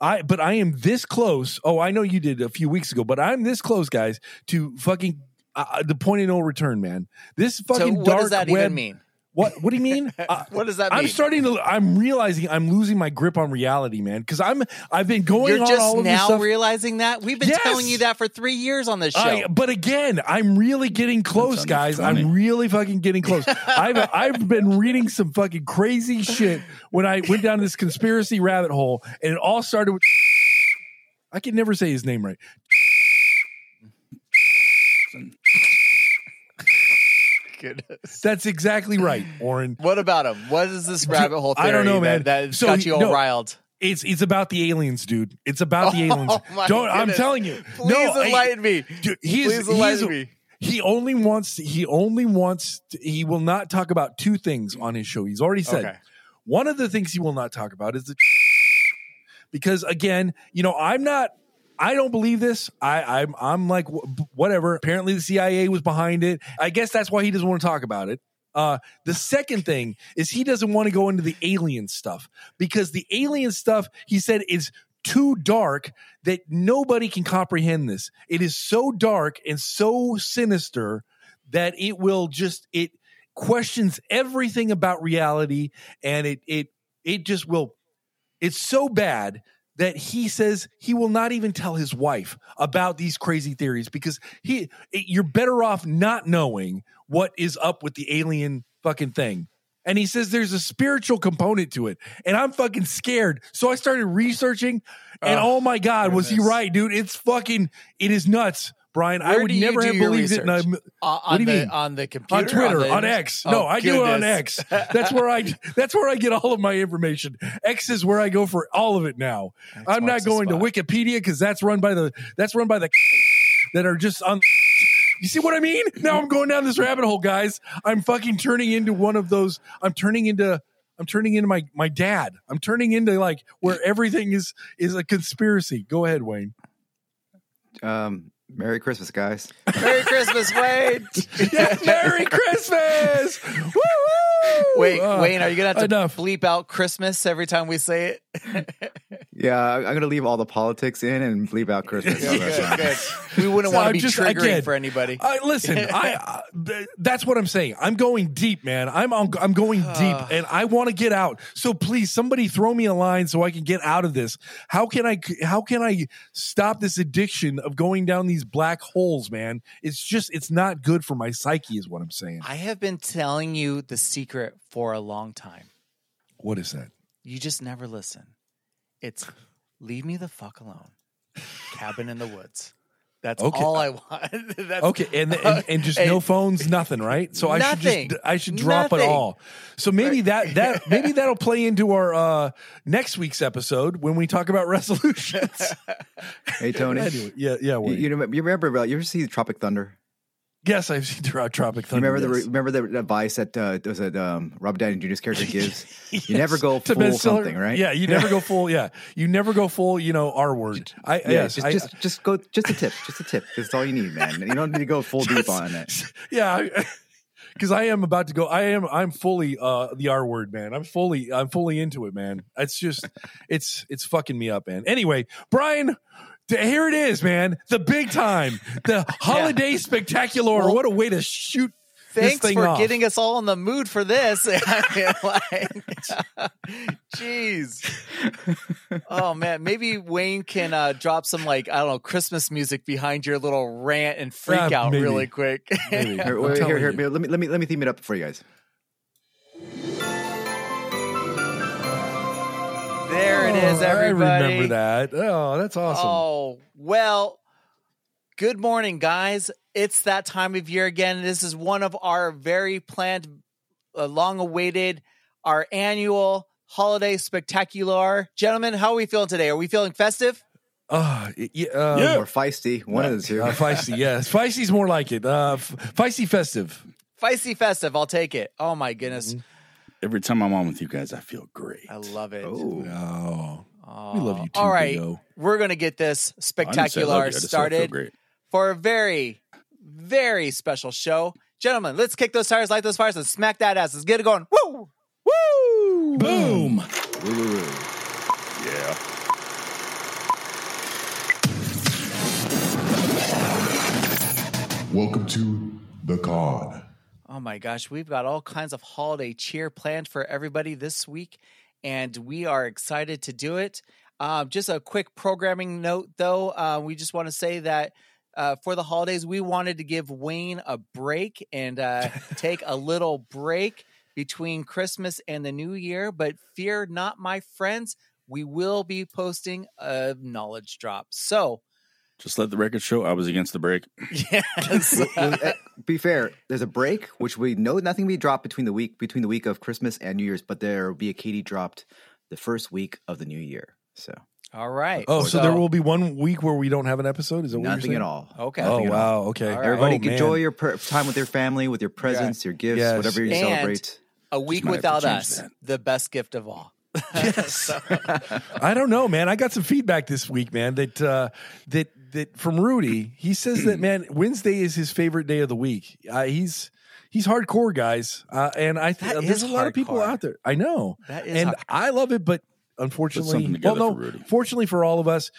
I but I am this close. Oh, I know you did a few weeks ago, but I'm this close, guys, to fucking uh, the point of no return, man. This So fucking what dark does that web. even mean? What What do you mean? Uh, What does that mean? I'm starting to. I'm realizing I'm losing my grip on reality, man. Because I'm. I've been going You're on all just of this now stuff. realizing that we've been Yes. telling you that for three years on this show. I, but again, I'm really getting close, under guys. 20. I'm really fucking getting close. I've I've been reading some fucking crazy shit when I went down this conspiracy rabbit hole, and it all started with. I can never say his name right. Goodness. That's exactly right, Oren. What about him? What is this rabbit hole theory I don't know, man. that, that So got he- you all no. riled? It's it's about the aliens, dude. It's about the aliens. Oh, my Don't I'm goodness. telling you. Please I- enlighten me. Dude, he's, Please enlighten he's- me. He only wants. He only wants. to- he will not talk about two things on his show. He's already said Okay. one of the things he will not talk about is the because again, you know, I'm not. I don't believe this. I, I'm I'm like wh- whatever. Apparently, the CIA was behind it. I guess that's why he doesn't want to talk about it. Uh, the second thing is he doesn't want to go into the alien stuff because the alien stuff he said is too dark that nobody can comprehend this. It is so dark and so sinister that it will just it questions everything about reality and it it it just will it's so bad that he says he will not even tell his wife about these crazy theories because he it, you're better off not knowing what is up with the alien fucking thing and he says there's a spiritual component to it and i'm fucking scared so i started researching and Oh, oh, my god was he goodness. right dude it's fucking it is nuts brian i Where would do you never do have your believed it research? and i On, "Uh, on What do you the mean? on the computer, on Twitter, the- on, X. Oh, No, I do it on goodness. X. That's where I that's where I get all of my information. X is where I go for all of it now. I'm not marks the going to spot. Wikipedia because that's run by the that's run by the that are just on. You see what I mean? Now I'm going down this rabbit hole, guys. I'm fucking turning into one of those. I'm turning into. I'm turning into my my dad. I'm turning into like where everything is is a conspiracy. Go ahead, Wayne. Um, Merry Christmas, guys. Merry Christmas, Wayne. Yeah, Merry Christmas! Ah. Woo! Wait, Wayne, are you gonna have to uh, enough. bleep out Christmas every time we say it? Yeah, I- I'm gonna leave all the politics in and leave out Christmas. Yeah, How's that good, sound? good. We wouldn't So want to I'm be just- triggering again, for anybody. I listen. I uh, th- that's what I'm saying. I'm going deep, man. I'm on, I'm going deep, and I want to get out. So please, somebody throw me a line so I can get out of this. How can I? How can I stop this addiction of going down these black holes, man? It's just it's not good for my psyche, is what I'm saying. I have been telling you the secret for a long time. What is that? You just never listen. It's leave me the fuck alone. Cabin in the woods. That's Okay. uh, all I want. That's, Okay, and and, and just no phones, nothing, right? So I Nothing. should just I should drop Nothing. it all. So maybe that that maybe that'll play into our uh next week's episode when we talk about resolutions. Hey Tony, Anyway, yeah, yeah. you, Wayne. you remember? You remember? uh, You ever see Tropic Thunder? Yes, I've seen Tro- Tropic You Thunder. remember the yes. remember the advice that uh, was that um, Robert Downey Jr.'s character gives? You never go To Ben full Stiller? something, right? Yeah, you never go full. Yeah, you never go full. You know, R word. I Yeah, yes, just, I, just just go just a tip, just a tip. That's all you need, man. You don't need to go full deep on it. yeah. Because I am about to go, I am I'm fully uh the R word man. I'm fully I'm fully into it, man. It's just it's it's fucking me up, man. Anyway, Brian, d- here it is, man. The big time, the holiday spectacular. Well, what a way to shoot! Thanks thing for off. getting us all in the mood for this. I mean, like, jeez. Oh man, maybe Wayne can uh, drop some like I don't know Christmas music behind your little rant and freak Yeah, out Uh, maybe. really quick. Maybe. Here, I'm wait, here, telling here, you. Let me let me let me theme it up for you guys. there it is, Oh, everybody. I remember that. Oh, that's awesome. Oh, well, good morning, guys. It's that time of year again. This is one of our very planned, uh, long awaited, our annual holiday spectacular. Gentlemen, how are we feeling today? Are we feeling festive? Ah, y- yeah, uh, Or feisty, one of the two. uh, feisty. Yes, feisty's more like it. Uh, f- feisty festive. Feisty festive, I'll take it. Oh my goodness. Mm-hmm. Every time I'm on with you guys, I feel great. I love it. oh, Oh, we love you too. All right. Big O. We're going to get this I didn't say I spectacular love you, I just said I feel started. great. for a very, very special show. Gentlemen, let's kick those tires, light those fires, and smack that ass. Let's get it going. Woo! Woo! Boom. Yeah. Welcome to the con. Oh my gosh, we've got all kinds of holiday cheer planned for everybody this week, and we are excited to do it. Um, just a quick programming note, though, uh, we just want to say that uh, for the holidays, we wanted to give Wayne a break and uh, take a little break between Christmas and the New Year. But fear not, my friends, we will be posting a knowledge drop. So, Just let the record show I was against the break. yes. Uh, be fair. There's a break, which we know nothing will be dropped between the week between the week of Christmas and New Year's, but there will be a Katie dropped the first week of the new year. So all right. Oh, so, there will be one week where we don't have an episode. Is that what you're nothing saying? at all. Okay. Oh Nothing at all. wow. Okay. All right. Everybody Oh, can man. enjoy your per- time with your family, with your presents, your gifts, Yes. whatever you And- celebrate. a week might have to without change us, that. the best gift of all. Yes. I don't know, man. I got some feedback this week, man. That uh, that that from Rudy. He says that man, Wednesday is his favorite day of the week. Uh, he's he's hardcore, guys, uh, and I th- That there's is a lot of people hardcore. out there. I know, That is and hard- I love it, but unfortunately, something well, together no, for Rudy. fortunately for all of us.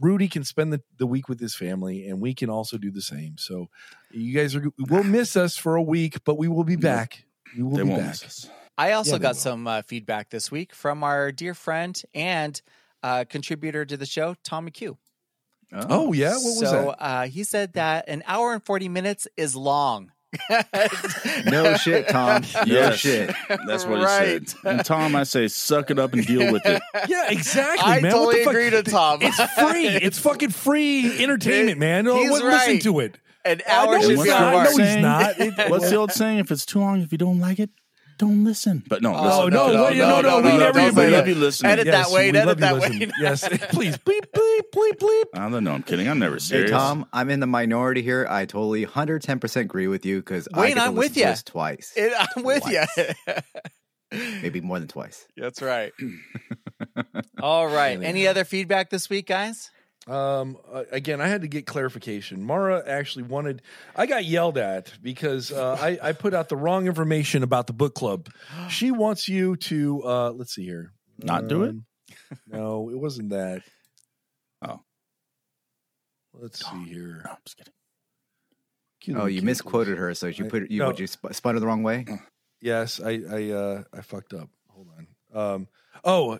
Rudy can spend the, the week with his family, and we can also do the same. So, you guys are will miss us for a week, but we will be back. We will they be won't back. miss us. I also Yeah, they got will. some uh, feedback this week from our dear friend and uh, contributor to the show, Tom McHugh. Oh yeah, what was so, that? Uh, he said that an hour and 40 minutes is long. No shit, Tom. No Yes. shit. Oh, That's what he Right. said. And Tom, I say, suck it up and deal with it. Yeah, exactly, I man. What totally the fuck? agree to Tom. It's free. It's fucking free entertainment, It- man. Oh, he's what- Listen right. to it. An I know hour should he's be not. our I mark. know he's Saying- not. It- What's the old saying? If it's too long, if you don't like it, don't listen. But no, Oh, Oh listen. no! no, wait, no, no, no, no, We no, never don't even- say we that. love you listening. Edit that, Wayne, we edit love you that, listening. Wayne. Yes, please. Bleep, bleep, bleep, bleep, bleep. I don't know. I'm kidding. I'm never Hey serious. Tom, I'm in the minority here. I totally 110% agree with you because I Wayne, get to I'm listen with to ya. this twice, It- I'm with you. maybe more than twice. That's right. All right. Really? Any other feedback this week, guys? Um, uh, again, I had to get clarification. Mara actually wanted. I got yelled at because uh, I, I put out the wrong information about the book club. She wants you to. Uh, let's see here. Um, Not do it? No, it wasn't that. Oh. Let's see here. No, I'm just kidding. Cue the Oh, you mechanics. misquoted her, so you I- put you no. would you sp- spun her the wrong way. Yes, I I uh I fucked up. Hold on. Um oh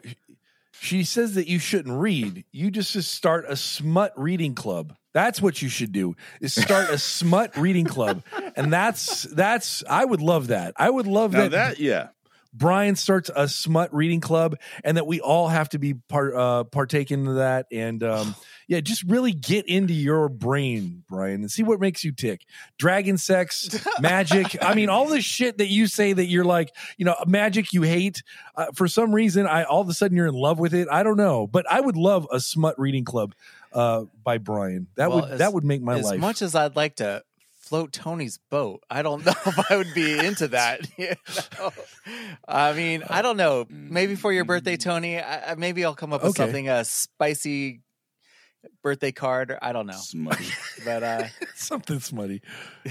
she says that you shouldn't read. You just just start a smut reading club. That's what you should do. Is start a smut reading club. And that's that's I would love that. I would love Now that, that, yeah. Brian starts a smut reading club and that we all have to be part uh partaking of that and um yeah, just really get into your brain, Brian, and see what makes you tick. Dragon sex, magic. I mean, all this shit that you say that you're like, you know, magic you hate. Uh, for some reason, I all of a sudden you're in love with it. I don't know, but I would love a smut reading club uh, by Brian. That Well, would as- that would make my as life. much as I'd like to float Tony's boat, I don't know if I would be into that. you know? I mean, I don't know. Maybe for your birthday, Tony, I, I- maybe I'll come up with Mm. Okay. something a spicy birthday card. or- I don't know, Smutty. but uh, Something smutty.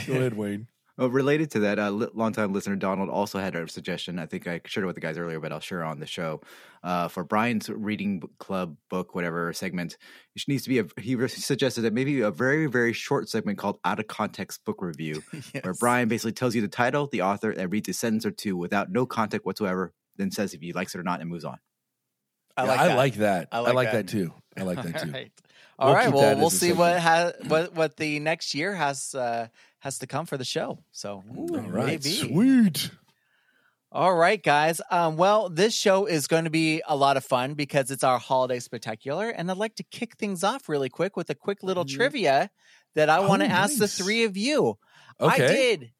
Go ahead, Wayne. Oh, related to that, uh, li- longtime listener Donald also had a suggestion. I think I shared it with the guys earlier, but I'll share on the show uh, for Brian's reading b- club book, whatever segment. It needs to be a. He re- suggested that maybe a very very short segment called "Out of Context Book Review," where yes. Brian basically tells you the title, the author, and reads a sentence or two without no context whatsoever. Then says if he likes it or not and moves on. I Yeah, like I that. like that. I I like, like that. that. too. I like that too. All right. All We'll right, keep well, that we'll as a see what has what what the next year has uh, has to come for the show. So ooh, All right. maybe. Sweet. All right, guys. Um, well, this show is going to be a lot of fun because it's our holiday spectacular, and I'd like to kick things off really quick with a quick little trivia that I Mm-hmm. Oh, want to ask the nice. three of you. Okay. I did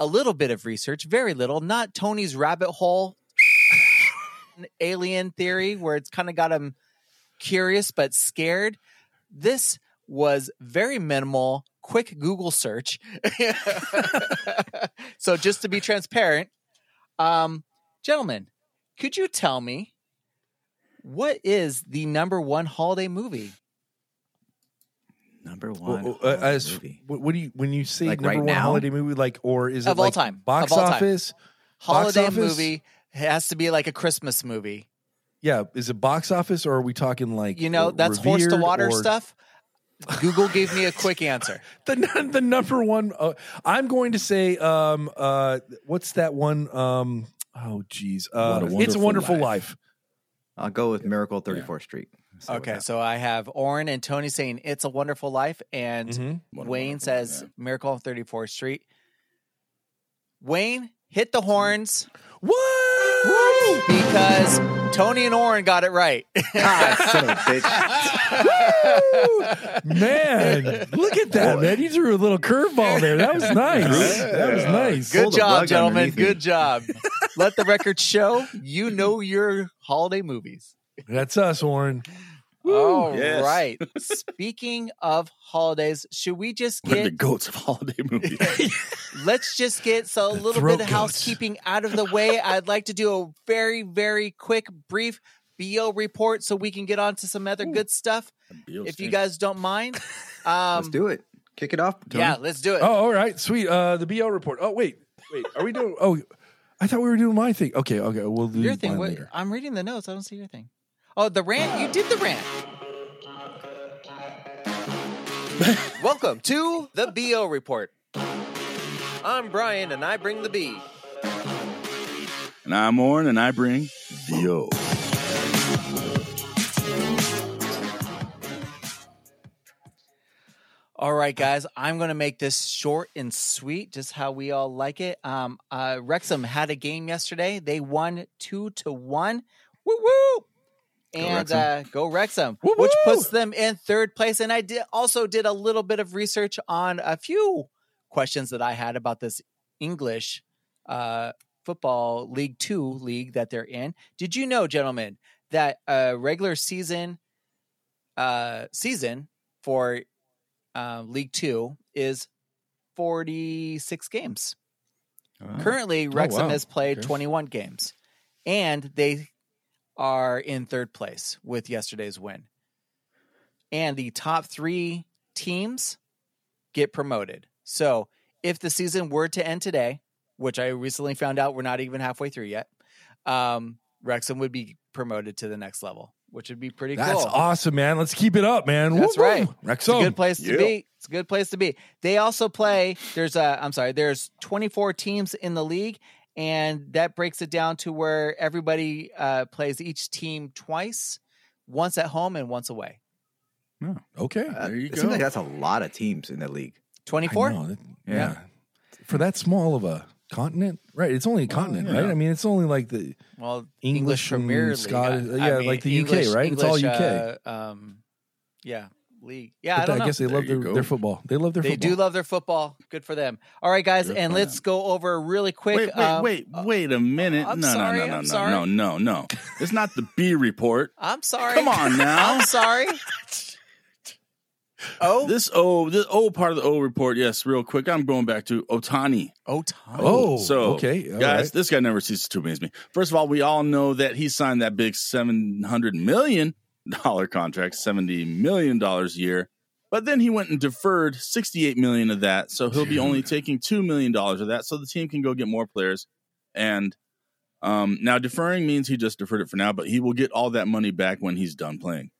a little bit of research, very little, not Tony's rabbit hole an alien theory where it's kind of got him curious but scared. This was very minimal, quick Google search. so just to be transparent, um, gentlemen, could you tell me what is the number one holiday movie? Number one, Well, uh, holiday as movie. what, what do you when you say Like number right one now? holiday movie like or is it Of all like time. box Of all time. office? Box Holiday office? movie has to be like a Christmas movie. Yeah, is it box office or are we talking like You know, that's horse to revered water or- stuff. Google gave me a quick answer. the nu- the number one. Uh, I'm going to say, um, uh, what's that one? Um, oh, geez, uh, What a it's a wonderful Wonderful life. Life. I'll go with Miracle 34th Street. So Okay, so I have Oren and Tony saying "It's a Wonderful Life," and Mm-hmm. Mhm. What a Wayne wonderful says man. "Miracle on 34th Street." Wayne hit the horns What? because Tony and Oren got it right. Ah, son of a bitch. man, look at that, man! You threw a little curveball there. That was nice. That was nice. Good Pull the job, rug gentlemen. underneath me. Good job. Let the record show you know your holiday movies. That's us, Warren. All right. yes. Speaking of holidays, should we just We're the get goats of holiday movies. let's just get so a little throat bit of goats. housekeeping out of the way. I'd like to do a very, very quick, brief BO report so we can get on to some other good stuff. If you guys don't mind. Um Let's do it. Kick it off. Tony. yeah, let's do it. Oh, all right, sweet. Uh, the BL report. Oh, wait, wait. Are we doing? Oh, I thought we were doing my thing. Okay, okay. We'll do your thing. mine What, later. I'm reading the notes. I don't see your thing. Oh, the rant. You did the rant. Welcome to the BO report. I'm Brian, and I bring the B. and I'm Orn, and I bring Yo. All right, guys. I'm going to make this short and sweet, just how we all like it. Um, uh, Wrexham had a game yesterday. They won two to one. Woo woo! And Wrexham. uh, go Wrexham, Woo, which woo! puts them in third place. And I did also did a little bit of research on a few questions that I had about this English uh, football League Two league that they're in. Did you know, gentlemen, that a regular season uh, season for um, League Two is 46 games. Currently, Wrexham wow. has played Okay. 21 games, and they are in third place with yesterday's win. And the top three teams get promoted. So if the season were to end today, which I recently found out we're not even halfway through yet, um, Wrexham would be promoted to the next level, which would be pretty That's cool. awesome, man. Let's keep it up, man. That's right. It's a Rexo. good place to Yeah. be. It's a good place to be. They also play. There's a. I'm sorry. There's 24 teams in the league, and that breaks it down to where everybody uh, plays each team twice, once at home and once away. okay. Uh, There you it seems like go. that's a lot of teams in that league. I 24. know, that- Yeah. For that small of a continent, right? It's only a continent, yeah. right? I mean, it's only like the Well, English Oh, English and Premier League. Scottish- I- I yeah, mean, like the UK, English- right? It's all English, UK. uh, um, yeah, league. Yeah, but I don't know. guess they There love you their, go. their football. They love their they football. do love their football. Good for them. All right, guys, Good and for let's go over really quick. Wait, wait, um, wait, wait a minute. I'm no, sorry, no, no, I'm no, sorry. no, no, no. It's not the B report. I'm sorry. Come on now. I'm sorry. Oh, This O, this O part of the O report, yes, real quick. I'm going back to Otani. oh, Tom. oh, so okay, all guys, right. this guy never ceases to amaze me. First of all, we all know that he signed that big seven hundred million dollar contract, seventy million dollars a year. But then he went and deferred sixty eight million of that, so he'll be only taking two million dollars of that, so the team can go get more players. And um, now deferring means he just deferred it for now, but he will get all that money back when he's done playing.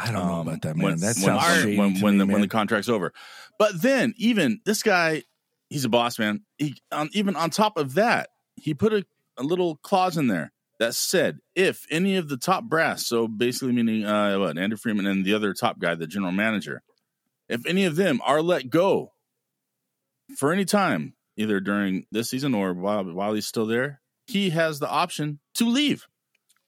I don't know Um, about that, man. that when, sounds when, shady when, to when me, the, when man. the contract's over. But then even this guy, he's a boss man. He on, even on top of that, he put a, a little clause in there that said if any of the top brass, so basically meaning uh, what Andrew Freeman and the other top guy, the general manager, if any of them are let go for any time, either during this season or while while he's still there, he has the option to leave.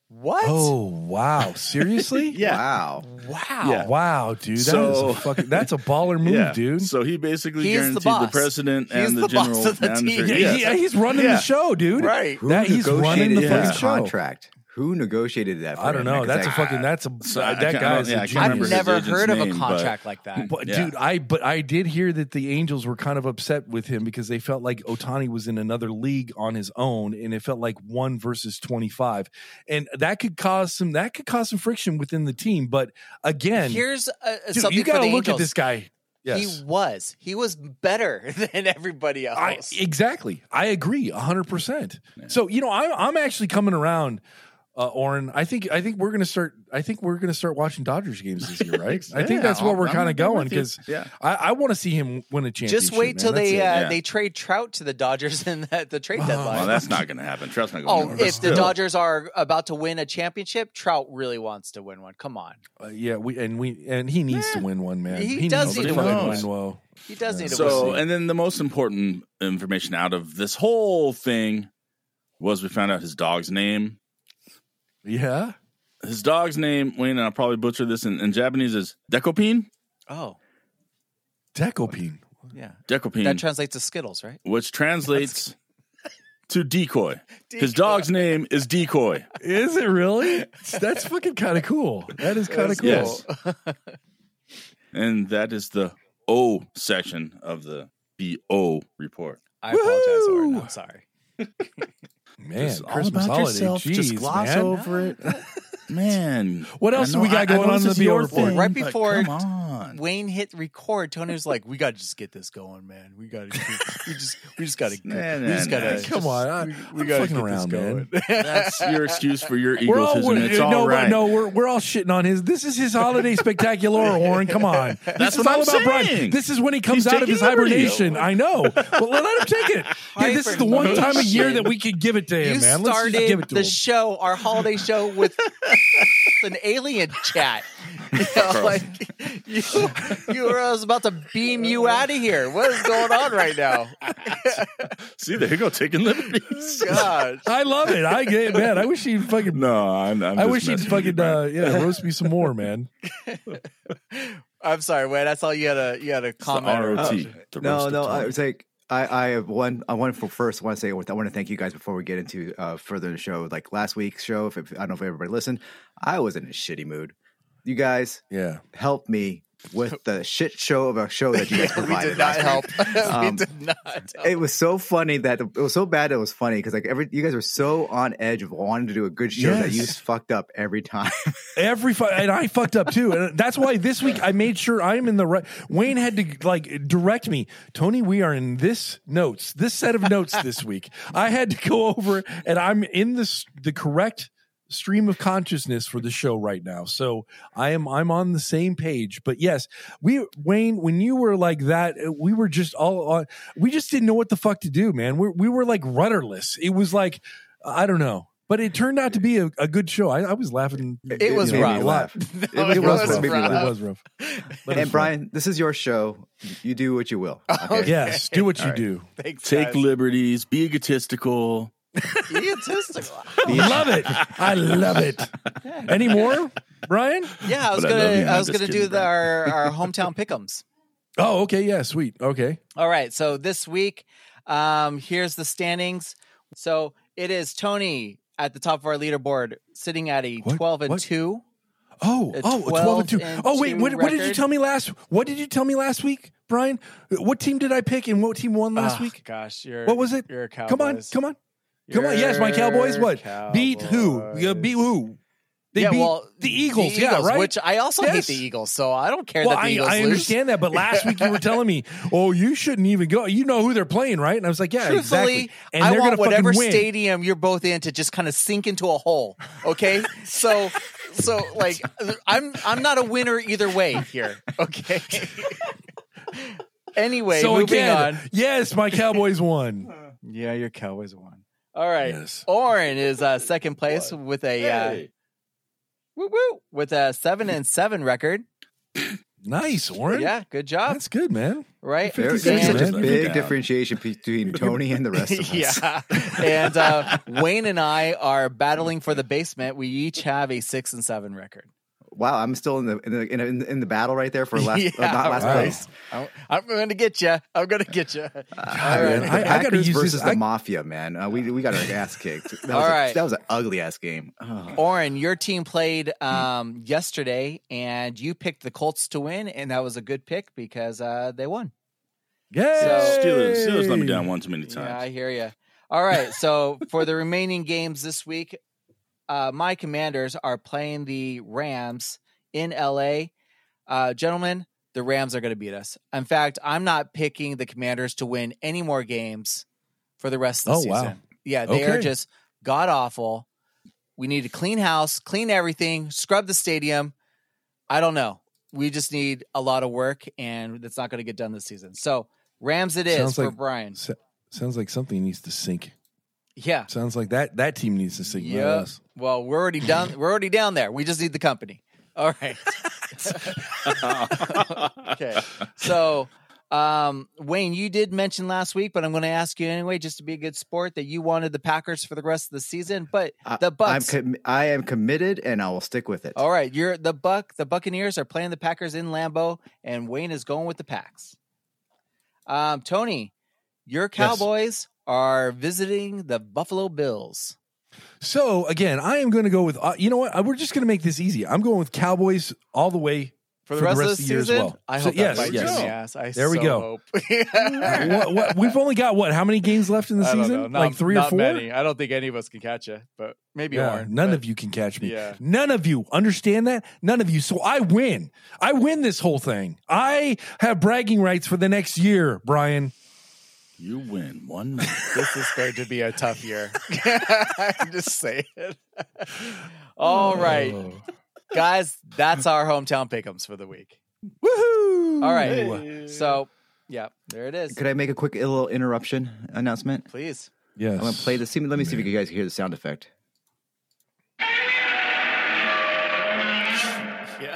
What? Oh wow! Seriously? Yeah. Wow. wow. Yeah. Wow, dude. That is So- a fucking. That's a baller move, dude. So he basically He is the guaranteed the, boss. president He is and the the, boss general of the team. manager. yeah, Yes. he- he's running Yeah. the show, dude. Right. Who That he's running negotiated the Yeah. fucking that show. contract? Who negotiated that? For I don't him? know. Because That's a I- fucking. That's a. So I that can't- guy is a yeah, I can't genius. I've remember his never agent's heard of a name, but- contract like that. But Yeah. dude, I but I did hear that the Angels were kind of upset with him because they felt like Otani was in another league on his own, and it felt like one versus twenty five, and that could cause some that could cause some friction within the team. But again, Here's uh, dude, something you got for to the look at Angels. this guy. Yes, He was. He was better than everybody I, else. exactly. I agree hundred percent. So you know, I'm I'm actually coming around. uh, Oren. I think I think we're gonna start. I think we're gonna start watching Dodgers games this year, right? I think that's where we're kind of going because yeah, I, I want to see him win a championship. Just wait till man. That's they uh, it. Yeah. they trade Trout to the Dodgers in the, the trade Oh, well, deadline. that's not going to happen. Trout's not going. oh, if the Dodgers are about to win a championship, Trout really wants to win one. Come on, Uh, yeah, we and we and he needs to win one, man. He does needs need to to fucking win. win. Well, he does Yeah. need to So, win. and then the most important information out of this whole thing was we found out his dog's name. yeah. His dog's name, Wayne, and I'll probably butcher this in, in Japanese, is Dekopin. Oh, Decopine. yeah, Dekopin, that translates to Skittles, right? which translates to decoy. His dog's name is Decoy. Is it really? That's fucking kind of cool. That is kind of cool. Yes. and that is the O section of the BO report. I apologize, Orin. Woo! I'm sorry. Man, Just all Christmas about holiday. yourself, just Jeez, gloss man. over it. Man, What I else do know- we got I- I going know on this in the is BO your report? thing, Right but before Come it- on. Wayne hit record. Tony was like, "We got to just get this going, man. We got to. We just. We just got to. Nah, we nah, just nah. got to. Come on, I- I'm fucking around, man. That's your excuse for your We're all, egotism. It's no, all but right. no, we're we're all shitting on his. This is his holiday spectacular, Warren. Come on, this That's is what all I'm about Brian. saying. This is when he comes He's out of his taking liberty. hibernation. I know, but let let him take it. Hey, this is the one time a year that we could give it to him, You man. Let's just give started it to the him. show, our holiday show, with an alien chat. You know, like you, you were I was about to beam you out of here. What is going on right now? See, there you go, taking liberties. Gosh. I love it. I get it, man. I wish he'd fucking. no, I'm, I'm I just wish he'd messing with you, fucking Brian. uh, yeah roast me some more, man. I'm sorry, Wayne. I saw you had a you had a It's comment. the ROT. the roast no, of no. I Tony. was like, I, I have one. I want to first want to say I want to thank you guys before we get into uh, further the show. Like last week's show, if, if I don't know if everybody listened, I was in a shitty mood. You guys Yeah, helped me with the shit show of a show that you guys we provided. did not last help. week. we Um, did not. Help. It was so funny that it was so bad that it was funny because like every you guys were so on edge of wanting to do a good show that you Yes. fucked up every time. every fu- and I fucked up too, and that's why this week I made sure I'm in the right. Wayne had to like direct me, Tony. We are in this notes, this set of notes this week. I had to go over, and I'm in this the correct stream of consciousness for the show right now. So I am I'm on the same page. But yes, we Wayne, when you were like that, uh, we were just all on. We just didn't know what the fuck to do, man. We we were like rudderless. It was like I don't know. But it turned out to be a, a good show. I, I was laughing. It was made me rough. laugh. No, was it rough. was It made me rough. It was rough. But it was and Brian, this is your show. You do what you will. fun. yes, do what you do. Thanks, Take guys. liberties, be egotistical. Egotistical. love it. I love it. Any more, Brian? Yeah, I was But I gonna love you, I I'm was just gonna do kidding, the, our our hometown pickums. Oh, okay. Yeah, sweet. Okay. All right, so this week, um, here's the standings. So it is Tony at the top of our leaderboard, sitting at a What? twelve and What? two. Oh, A oh, 12 and 2. 12 and oh, wait. 2 What, what did you record. tell me last What did you tell me last week, Brian? What team did I pick and what team won last Oh, week? gosh, you're What was it? You're a Cowboys. Come on. Come on. Come on. Yes, my Cowboys You're what? Beat who? Cowboys. Yeah, beat who? They Yeah, beat well, the Eagles. Yeah, right? Which I also Yes. hate the Eagles, so I don't care well, that the I, Eagles I lose. understand that, but last week you were telling me, "Oh, you shouldn't even go. You know who they're playing, right?" And I was like, "Yeah, Truthfully, exactly." And I they're want gonna fucking whatever win. stadium you're both in to just kind of sink into a hole. Okay, so so like I'm I'm not a winner either way here. Okay. anyway, so moving again, on. yes, my Cowboys won. Yeah, your Cowboys won. All right. Yes. Oren is uh, second place with a uh, woo woo with a seven and seven record. Nice, Warren. Yeah, good job. that's good, man. right. Fair- There's, Fifty there's cents, such a man. Look big out. differentiation between Tony and the rest of us. yeah. and uh, Wayne and I are battling for the basement. We each have a six and seven record. Wow, I'm still in the in the, in, the, in the battle right there for last, Yeah, uh, not last wow. place. I'm, I'm going to get you. I'm going to get you. All man, I- I right, Uh, the gotta Packers use versus this- the I- Mafia, man. Uh, we we got our ass kicked. That was All a, right. that was an ugly ass game. Oh. Oren, your team played um, yesterday, and you picked the Colts to win, and that was a good pick because uh, they won. Yeah, Steelers, Steelers let me down one too many Yeah, I times. hear you. All right, so for the remaining games this week, uh, my Commanders are playing the Rams in LA. Uh, gentlemen, the Rams are going to beat us. In fact, I'm not picking the Commanders to win any more games for the rest of the Oh, season. wow. Yeah, they are Okay. just god awful. We need to clean house, clean everything, scrub the stadium. I don't know. We just need a lot of work, and it's not going to get done this season. So Rams, it is Sounds for like- Brian. S- Sounds like something needs to sink. Yeah. Sounds like that that team needs to sink. not Yeah. us. Well, we're already done. We're already down there. We just need the company. All right. okay. So, um, Wayne, you did mention last week, but I'm going to ask you anyway, just to be a good sport, that you wanted the Packers for the rest of the season. But I- the I'm Bucks, com- I am committed, and I will stick with it. all right, you're the Buck. The Buccaneers are playing the Packers in Lambeau, and Wayne is going with the Packs. Um, Tony, your Cowboys are visiting the Buffalo Bills. So again, I am going to go with. Uh, you know what? I- We're just going to make this easy. I'm going with Cowboys all the way for the rest, of the year as season? well. I So hope that yes, bites you yes. in the Yeah. ass. I There we so go. hope. what, what, we've only got what? How many games left in the I don't season? know. Not, like three not or four. Many. I don't think any of us can catch you, but maybe Yeah, Warren. none of you can catch me. Yeah. None of you understand that. None of you. So I win. I win this whole thing. I have bragging rights for the next year, Brian. You win one night. This is going to be a tough year. I'm just saying. All right, Oh. guys, that's our hometown pickums for the week. Woohoo! All right. So, yeah, there it is. Could I make a quick little interruption announcement? Please. Yes. I'm gonna play this. See, let me see if you guys hear the sound effect.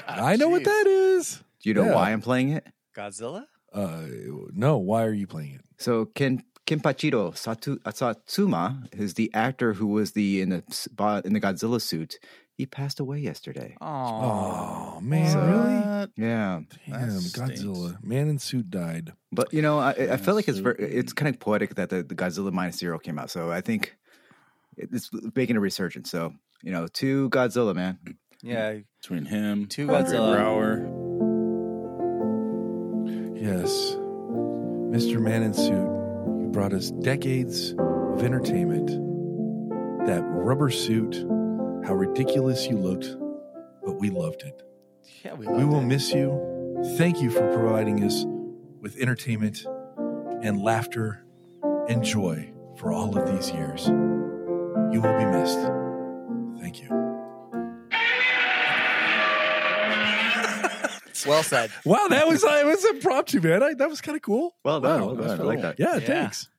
I know what that is. Do you know Yeah. why I'm playing it? Godzilla? Uh, no. Why are you playing it? So Ken Kenpachiro Satu, uh, Satsuma is the actor who was the in the s- bo- in the Godzilla suit. He passed away yesterday. Oh. Oh man, really? Yeah, Damn, stinks. Godzilla. Man in suit died. but you know, I, I feel like it's ver Absolutely. it's kind of poetic that the, the Godzilla minus zero came out. So I think it- it's making a resurgence. So you know, to Godzilla, man. Yeah. Between him, Two Andre Godzilla. Brower. Yes, Mr. Man in Suit, you brought us decades of entertainment. That rubber suit, how ridiculous you looked, but we loved it. Yeah, we, We will miss you. Thank you for providing us with entertainment and laughter and joy for all of these years. You will be missed. Thank you. well said. Wow, that was uh, it was impromptu, man. I, that was kind of cool. Well done, Wow, well that's done. I cool. like that. Yeah, Yeah. thanks.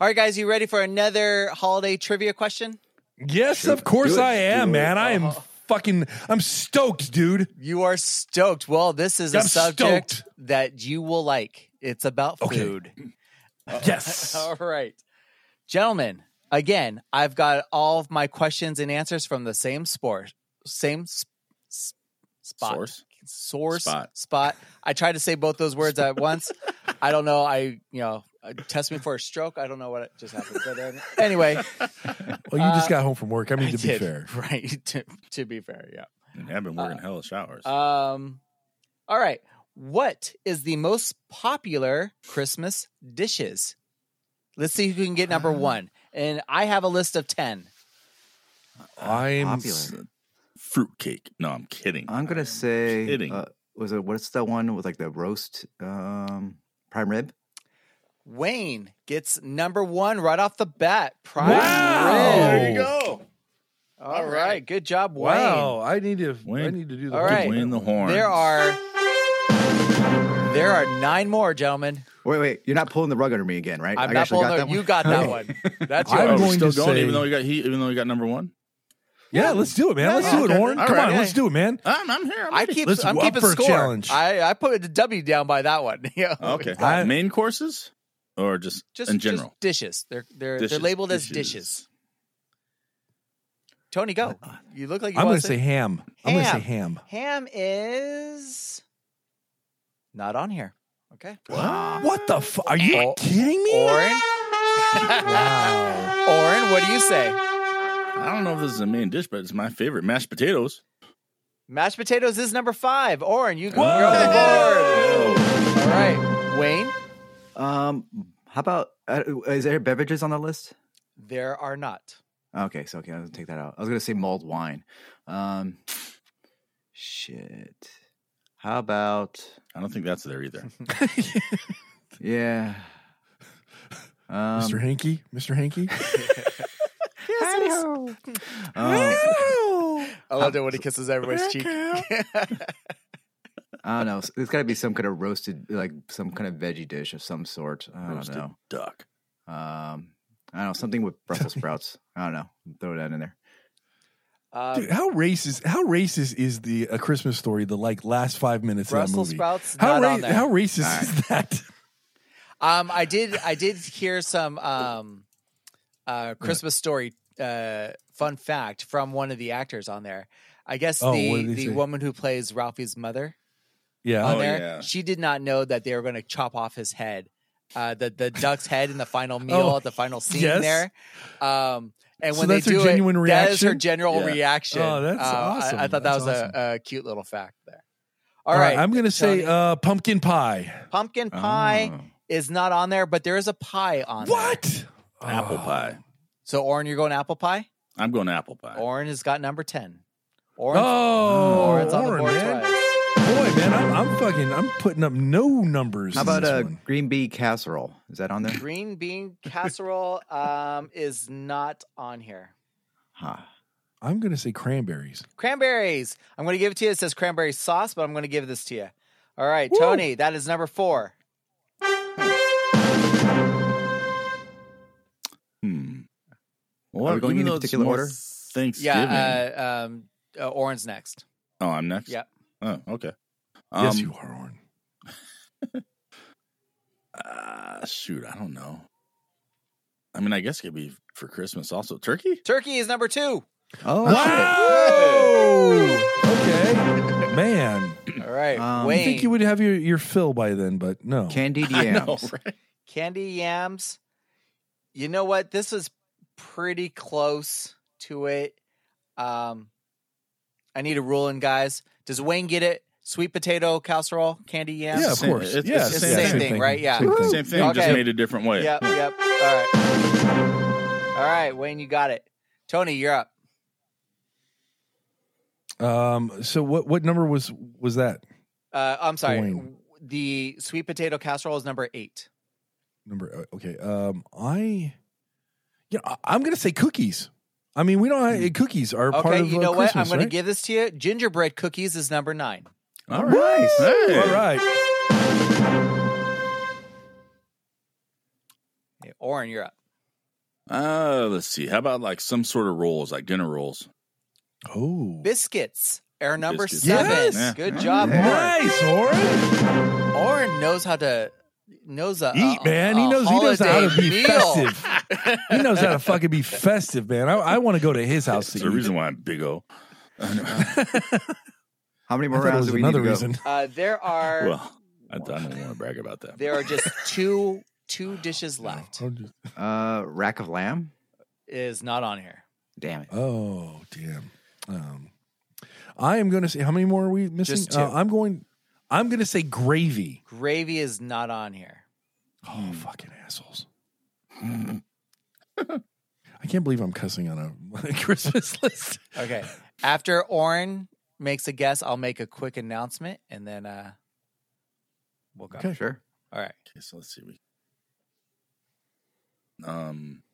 All right, guys, you ready for another holiday trivia question? Yes, Shoot, of course do it, I am, do it. man. I am fucking I'm stoked, dude. You are stoked. Well, this is a I'm subject stoked. that you will like. It's about Okay. food. Yes. All right. Gentlemen, again, I've got all of my questions and answers from the same sport, same sp- sp- spot. Source? Source, spot. Spot. I tried to say both those words at once. I don't know. I, you know, uh, test me for a stroke. I don't know what just happened. But then, anyway, Well, you just Uh, got home from work. I mean, I to be did. fair. right? To, to be fair, yeah. And I've been working hellish hours. Um, all right. What is the most popular Christmas dishes? Let's see who can get number one. And I have a list of ten. I'm Popular. Fruitcake. No, I'm kidding. I'm gonna say, kidding. uh, was it what's that one with like the roast um, prime rib? Wayne gets number one right off the bat. Prime Wow. rib. There you go. All right, good job, Wayne. Wow, I need to I Wayne. need to do the All whole right. thing. Wayne the horn. There are there are nine more, gentlemen. Wait, wait, you're not pulling the rug under me again, right? I'm I not actually pulling. got the- that one? You got that one. That's I'm Oh, yours. we're going still to going, say- even though we got he, even though we got number one. Yeah, let's do it, man. Let's do it, okay. Warren. All Come right. on, let's do it, man. I'm, I'm here. I'm I ready. keep. Let's I'm up keeping for a score. challenge. I I put a W down by that one. Yeah. Okay. I- Main courses or just, Just in general? just dishes. They're they're Dishes, they're labeled as dishes. dishes. Tony, go. You look like you Oh, I'm want gonna say ham. I'm gonna say ham. ham is not on here. Okay. What the fu- are you Oh. kidding me? Oren. Wow. Oren, what do you say? I don't know if this is a main dish, but it's my favorite mashed potatoes. Mashed potatoes is number five. Oren, you go Whoa! you're on the board. All right, Wayne. Um, how about uh, is there beverages on the list? There are not. Okay, so okay, I'll take that out. I was gonna say mulled wine. Um, shit. How about I don't think that's there either. yeah? Um, Mr. Hanky, Mr. Hanky. Howdy, kisses. Um, I loved it when he kisses everybody's cheek. I don't know. There's got to be some kind of roasted, like some kind of veggie dish of some sort. I don't Roasted know. duck. Um, I don't know. Something with Brussels sprouts. I don't know. Throw that in there. Um, Dude, how racist? How racist is the A Christmas Story? The like last five minutes Brussels of that movie. sprouts how not on there. how racist All right. is that? Um, I did. I did hear some um, uh, Christmas story uh, fun fact from one of the actors on there. I guess Oh, what the did he the say? woman who plays Ralphie's mother Yeah, on Oh, there, yeah. she did not know that they were going to chop off his head, uh, the the duck's head in the final meal Oh, at the final scene yes. there. Um, and So when they that's her do genuine it, that is her reaction? general Yeah. reaction. Oh, that's Uh, I- awesome. I, thought That's that was awesome. a, a cute little fact there. All right, I'm gonna say Tony. uh, pumpkin pie. pumpkin pie Oh. is not on there, but there is a pie on there. What? Apple Oh. pie. So Orin, you're going apple pie. I'm going apple pie. Orin has got number ten. Orin, Oh, Orin's on the Orin, board man. twice. Boy, man, I'm, I'm fucking. I'm putting up no numbers. How in about uh, this a one. green bean casserole? Is that on there? Green bean casserole um, is not on here. Huh. I'm gonna say cranberries. Cranberries. I'm going to give it to you. It says cranberry sauce, but I'm going to give this to you. All right, Woo. Tony. That is number four. Hmm. Are we going even in any though it's particular more order? Thanksgiving. Yeah. Uh, um, uh, Orin's next. oh, I'm next. yeah. Oh, okay. Um, yes, you are, Orin. Uh, shoot, I don't know. I mean, I guess it could be for Christmas also. Turkey? Turkey is number two. Oh, Wow. Okay, man. All right, Um, I Wayne. think you would have your, your fill by then, but no. shit. Candied I know, yams. right? candy yams. You know what? This was pretty close to it. Um, I need a ruling, guys. Does Wayne get it? Sweet potato casserole, candy yams. yeah, of same- course. it's- yeah, it's the same thing, right? Yeah. Same thing. Same thing, just Okay. made a different way. Yep, yep. All right, all right, Wayne, you got it. Tony, you're up. Um. So what what number was was that? Uh, I'm sorry. Wayne. The sweet potato casserole is number eight. Number. uh, Okay. Um. I. Yeah. I, I'm gonna say cookies. I mean, we don't. uh, Cookies are part Okay, of you uh, know what? I'm Christmas, going to right? give this to you. Gingerbread cookies is number nine. All Woo! right. Hey. All right. Okay, Oren, you're up. Uh, let's see. How about like some sort of rolls, like dinner rolls? Oh. Biscuits are number Biscuits. seven. Yes. Yeah. Good job, Oren. Nice, Orin. Oren knows how to knows a Eat, a- man. He Uh, a knows. He knows how to holiday be meal. festive. he knows how to fucking be festive, man. I, I want to go to his house to There's a eat. reason why I'm big O. How many I more thought it rounds was do we need to another go? reason. Uh, there are Well, I, I don't want to brag about that. there are just two two dishes left. I'm just- Uh, rack of lamb. Is not on here. Damn it. Oh damn. Um, I am going to say how many more are we missing? Just two. Uh, I'm going. I'm going to say gravy. Gravy is not on here. Hmm. Oh fucking assholes! I can't believe I'm cussing on a Christmas list. Okay. After Oren makes a guess, I'll make a quick announcement and then uh we'll go. Okay. Sure. All right. Okay, so let's see. We um,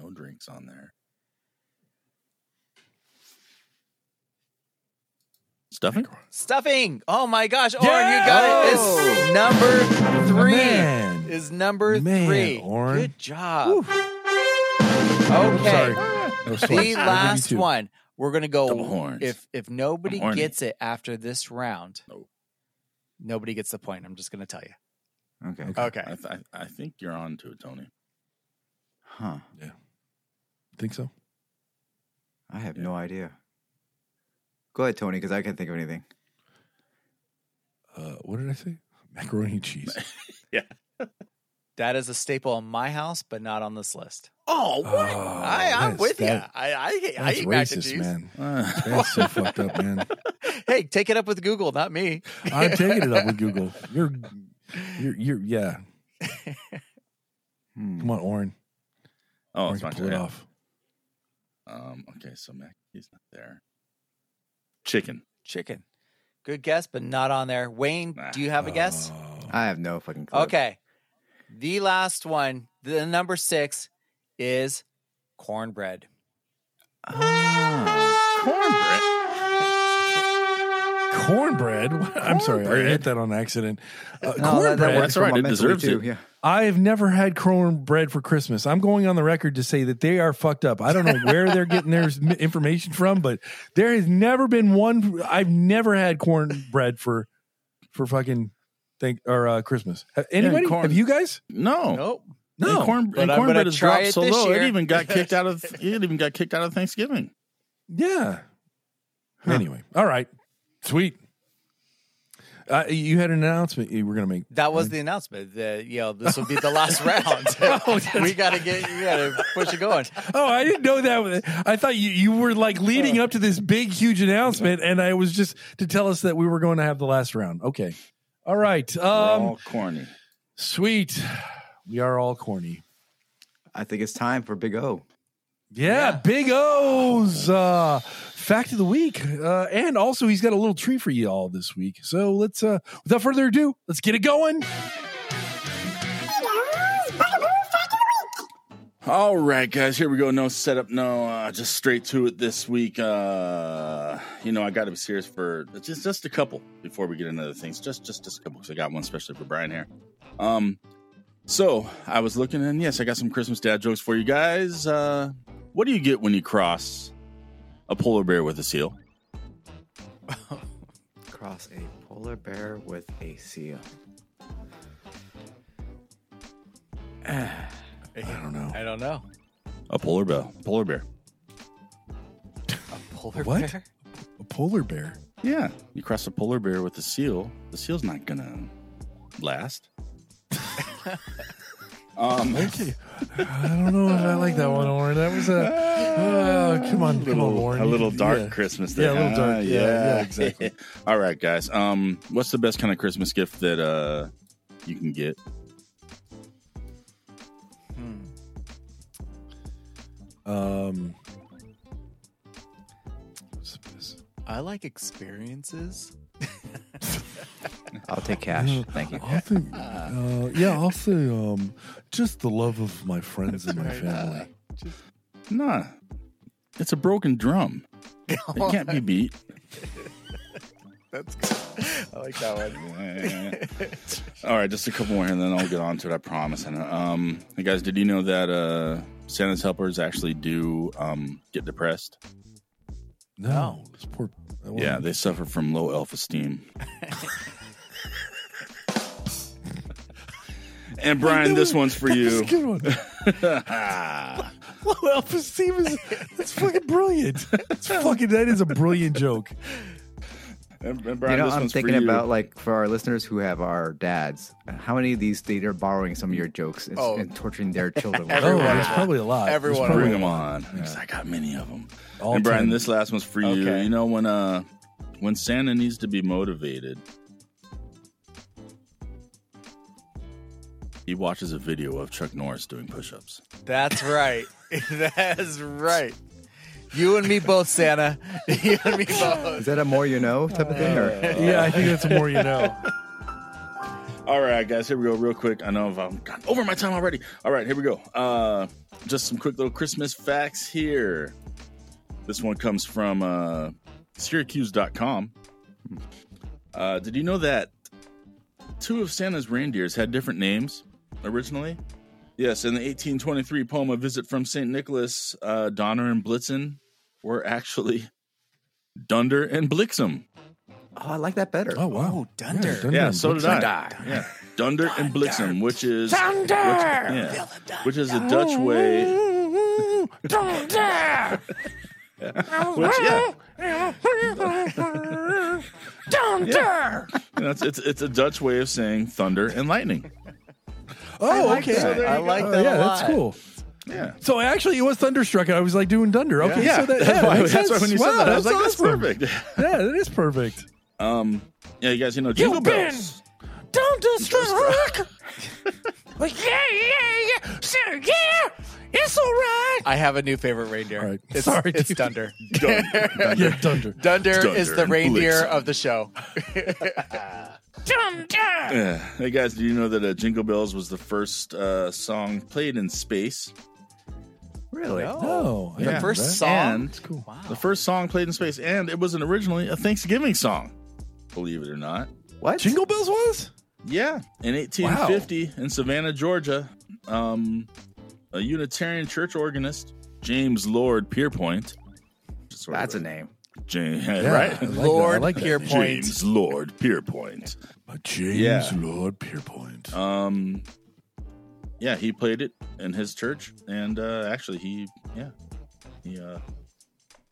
no drinks on there. Stuffing. Stuffing. Oh my gosh, Oren, you got it. It's number three. Oh! Man. Is number Man, three. Oren. Good job. Woo. Okay. Sorry. No, Oh, sorry. I'll give the you last two. one. We're gonna Double go. horns. If if nobody I'm horny. gets it after this round, No. nobody gets the point. I'm just gonna tell you. Okay. Okay. Okay. I, th- I, I think you're on to it, Tony. Huh. Think so? I have no idea. Go ahead, Tony, because I can't think of anything. Uh, what did I say? Macaroni and cheese. That is a staple in my house, but not on this list. Oh, Oh, I, I'm that's- with that- you. I, I, I That's eat mac and racist, cheese. man. Uh, That's so fucked up, man. Hey, take it up with Google, not me. I'm taking it up with Google. You're, you're, you're yeah. Hmm. Come on, Oren. oh, Oren it's can my pull it turn. off. Um, okay, so Mac, he's not there. Chicken. Chicken. Good guess, but not on there. Wayne, do you have a guess? Oh. I have no fucking clue. Okay. The last one, the number six, is cornbread. Ah, cornbread. Ah. Cornbread. I'm sorry, I hit that on accident. Uh, No, that- that cornbread. works That's right, for my it mentally, deserves too, it. Yeah. I have never had cornbread for Christmas. I'm going on the record to say that they are fucked up. I don't know where they're getting their m- information from, but there has never been one. I've never had cornbread for for fucking thank or uh, Christmas. Ha- Anybody? corn- have you guys? No, Nope. No. And, corn, But and I'm cornbread gonna has try dropped it so this low. year. It even got kicked out of. It even got kicked out of Thanksgiving. Yeah. Anyway, all right, sweet. Uh, you had an announcement you were going to make. That was the announcement. That you know, this will be the last round. Oh, we gotta get you gotta push it going. Oh, I didn't know that. was- I thought you, you were like leading up to this big, huge announcement, and I was just to tell us that we were going to have the last round. Okay. All right. We're Um, all corny. sweet. We are all corny. I think it's time for Big O. Yeah, Big O's uh, fact of the week, uh, and also he's got a little treat for you all this week. So let's, uh, without further ado, let's get it going. All right, guys, here we go. No setup, no, uh, just straight to it this week. Uh, you know, I got to be serious for just just a couple before we get into other things. Just just just a couple because I got one especially for Brian here. Um, so I was looking, and yes, I got some Christmas dad jokes for you guys. Uh, what do you get when you cross a polar bear with a seal? Cross a polar bear with a seal. I don't know. I don't know. A polar bear, polar bear. Polar What? bear? A polar bear. Yeah, you cross a polar bear with a seal. The seal's not gonna last. um. Okay. I don't know if I like that one, Warren. That was a. Uh, come on, come on, Warren. a little dark Yeah. Christmas. Yeah, There. a little dark. Ah, Yeah, yeah, exactly. All right, guys. Um, what's the best kind of Christmas gift that uh you can get? Um, what's this? I like experiences. I'll take cash. Thank you. I'll think, uh, yeah, I'll say um, just the love of my friends and my family. Nah, it's a broken drum. It can't be beat. That's good. I like that one. All right, just a couple more, and then I'll get on to it. I promise. And um, hey guys, did you know that uh Santa's helpers actually do um get depressed? No, this poor. that Yeah, wasn't- they suffer from low elf esteem. and Brian, this one's for That was a you. good one. Low alpha esteem is that's fucking brilliant. That's fucking that is a brilliant joke. And- and You Brian, know, this I'm one's for thinking you. about like for our listeners who have our dads, how many of these they are borrowing some of your jokes and, Oh. and torturing their children? with Oh, Everyone. there's probably a lot. There's Everyone. probably bring them on. 'cause I got many of them. all and Brian, time. this last one's for you. Okay. You know when uh when Santa needs to be motivated, he watches a video of Chuck Norris doing push-ups. That's right. That's right. You and me both, Santa. You and me Is both. that a more you know type of thing? Uh. Or Yeah, I think that's more you know. All right, guys, here we go, real quick. I know I've um, gone over my time already. All right, here we go. Uh, just some quick little Christmas facts here. This one comes from uh, Syracuse.com. Uh, did you know that two of Santa's reindeers had different names originally? Yes, in the 1823 poem A Visit from St. Nicholas, uh, Donner and Blitzen were actually Dunder and Blixum. oh, I like that better. Oh wow, Dunder. Dunder Yeah, and so did Blitzen. I. Yeah. Dunder and Blixum, which is Dunder, yeah, which is a Dutch way. Yeah. Which, yeah, yeah. You know, it's, it's it's a Dutch way of saying thunder and lightning. Oh, okay. that. I like Oh, that. yeah, a lot. that's cool. Yeah. So actually, it was thunderstruck. I was like doing dunder. Okay, Yeah, so that, that's, yeah, why, makes that's why sense. when you wow, said that, I was that's like, that's awesome. perfect. Yeah, that is perfect. Um, yeah, you guys, you know, jingle been- bells. Thunderstruck. like yeah, yeah, yeah. So yeah, it's all right. I have a new favorite reindeer. All right. It's, Sorry, it's dude. Dunder. Dun- Yeah, dunder. Dunder, is Dunder the and reindeer Blitzen. of the show. Yeah. Hey guys, do you know that uh, Jingle Bells was the first uh, song played in space? Really? No, I The didn't first know that. song- And It's cool. Wow. the first song played in space, and it was an originally a Thanksgiving song, believe it or not. What? Jingle Bells was? Yeah, in 1850 in Savannah, Georgia, um, a Unitarian church organist, James Lord Pierpoint. just sort of That's a a- name. James, Yeah, I right? like that. I Lord like that. Pierpoint. James Lord Pierpoint. But James Yeah. Lord Pierpoint. Um, yeah, he played it in his church, and uh, actually, he yeah, he uh,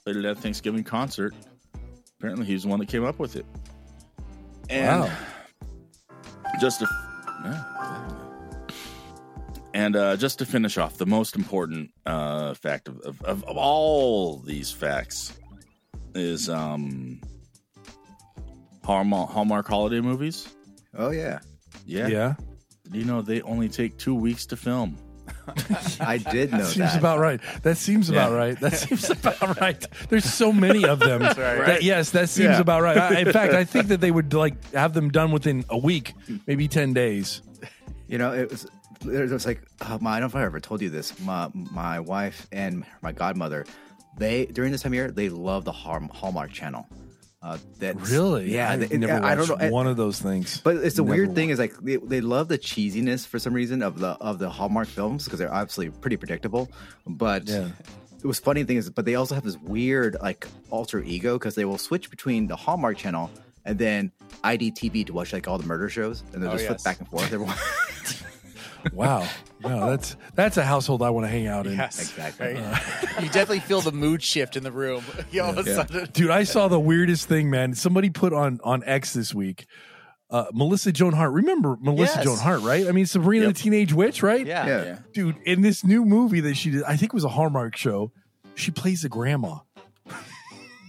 played it at a Thanksgiving concert. Apparently, he was the one that came up with it. And wow. just to, yeah. and uh, just to finish off the most important uh, fact of, of, of of all these facts is um hallmark, hallmark holiday movies Oh yeah, yeah. yeah. you know they only take two weeks to film I did know That seems that. about right. That seems about Yeah. right. That seems about right. There's so many of them. That- yes, that seems Yeah. about right. I, in fact, I think that they would like have them done within a week, maybe ten days. You know, it was. It was like oh, my, I don't know if I ever told you this. My my wife and my godmother, they during this time of year they love the Hall- Hallmark Channel. Uh, that's, Really? Yeah, I they- never watched I don't know. and- one of those things. But it's a Never weird thing is like they, they love the cheesiness for some reason of the of the Hallmark films because they're obviously pretty predictable. But Yeah. it was funny thing is, but they also have this weird like alter ego because they will switch between the Hallmark channel and then IDTV to watch like all the murder shows and they'll Oh, just flip yes. back and forth. Everyone. Wow. Wow. That's that's a household I want to hang out in. Yes. Exactly. Right? You definitely feel the mood shift in the room. You all of a Yeah. sudden. Dude, I saw the weirdest thing, man. Somebody put on on X this week. Uh, Melissa Joan Hart. Remember Melissa Yes. Joan Hart, right? I mean Sabrina Yep. the Teenage Witch, right? Yeah. yeah. yeah Dude, in this new movie that she did, I think it was a Hallmark show, she plays a grandma.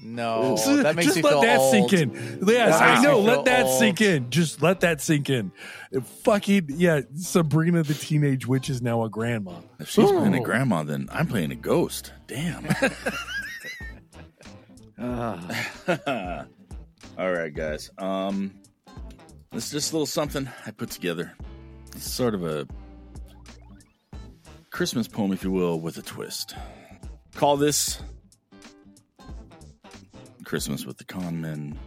No. So Oh, That makes just me let feel that old. sink in. Yes, That I makes know. me Let feel that old. sink in. Just let that sink in. It fucking yeah, Sabrina the Teenage Witch is now a grandma. if she's playing a grandma then i'm playing a ghost damn Ah. All right, guys. Um, this is just a little something I put together. It's sort of a Christmas poem, if you will, with a twist. Call this Christmas with the con men,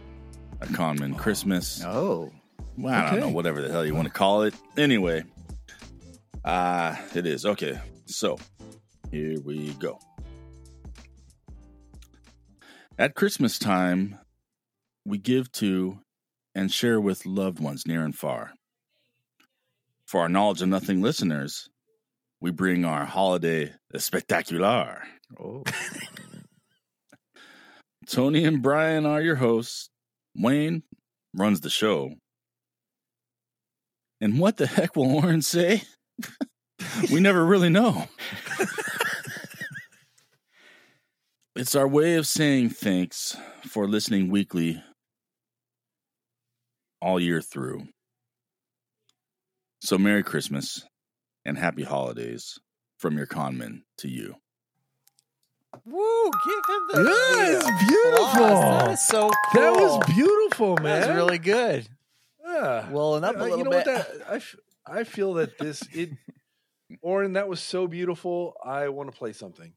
a con man Christmas. oh. Well, I don't Okay. know, whatever the hell you want to call it. Anyway, ah, it is. Okay, so here we go. At Christmas time, we give to and share with loved ones near and far. For our knowledge of nothing listeners, we bring our holiday spectacular. Oh. Tony and Brian are your hosts. Wayne runs the show. And what the heck will Warren say? we never really know. it's our way of saying thanks for listening weekly all year through. So, Merry Christmas and Happy Holidays from your conman to you. Woo! Give him the. Yes, the beautiful. applause. That is so cool. That was beautiful, man. That was really good. yeah. Welling up a Uh, little you know bit. What that, I, f- I feel that this it, Oren, that was so beautiful. I want to play something.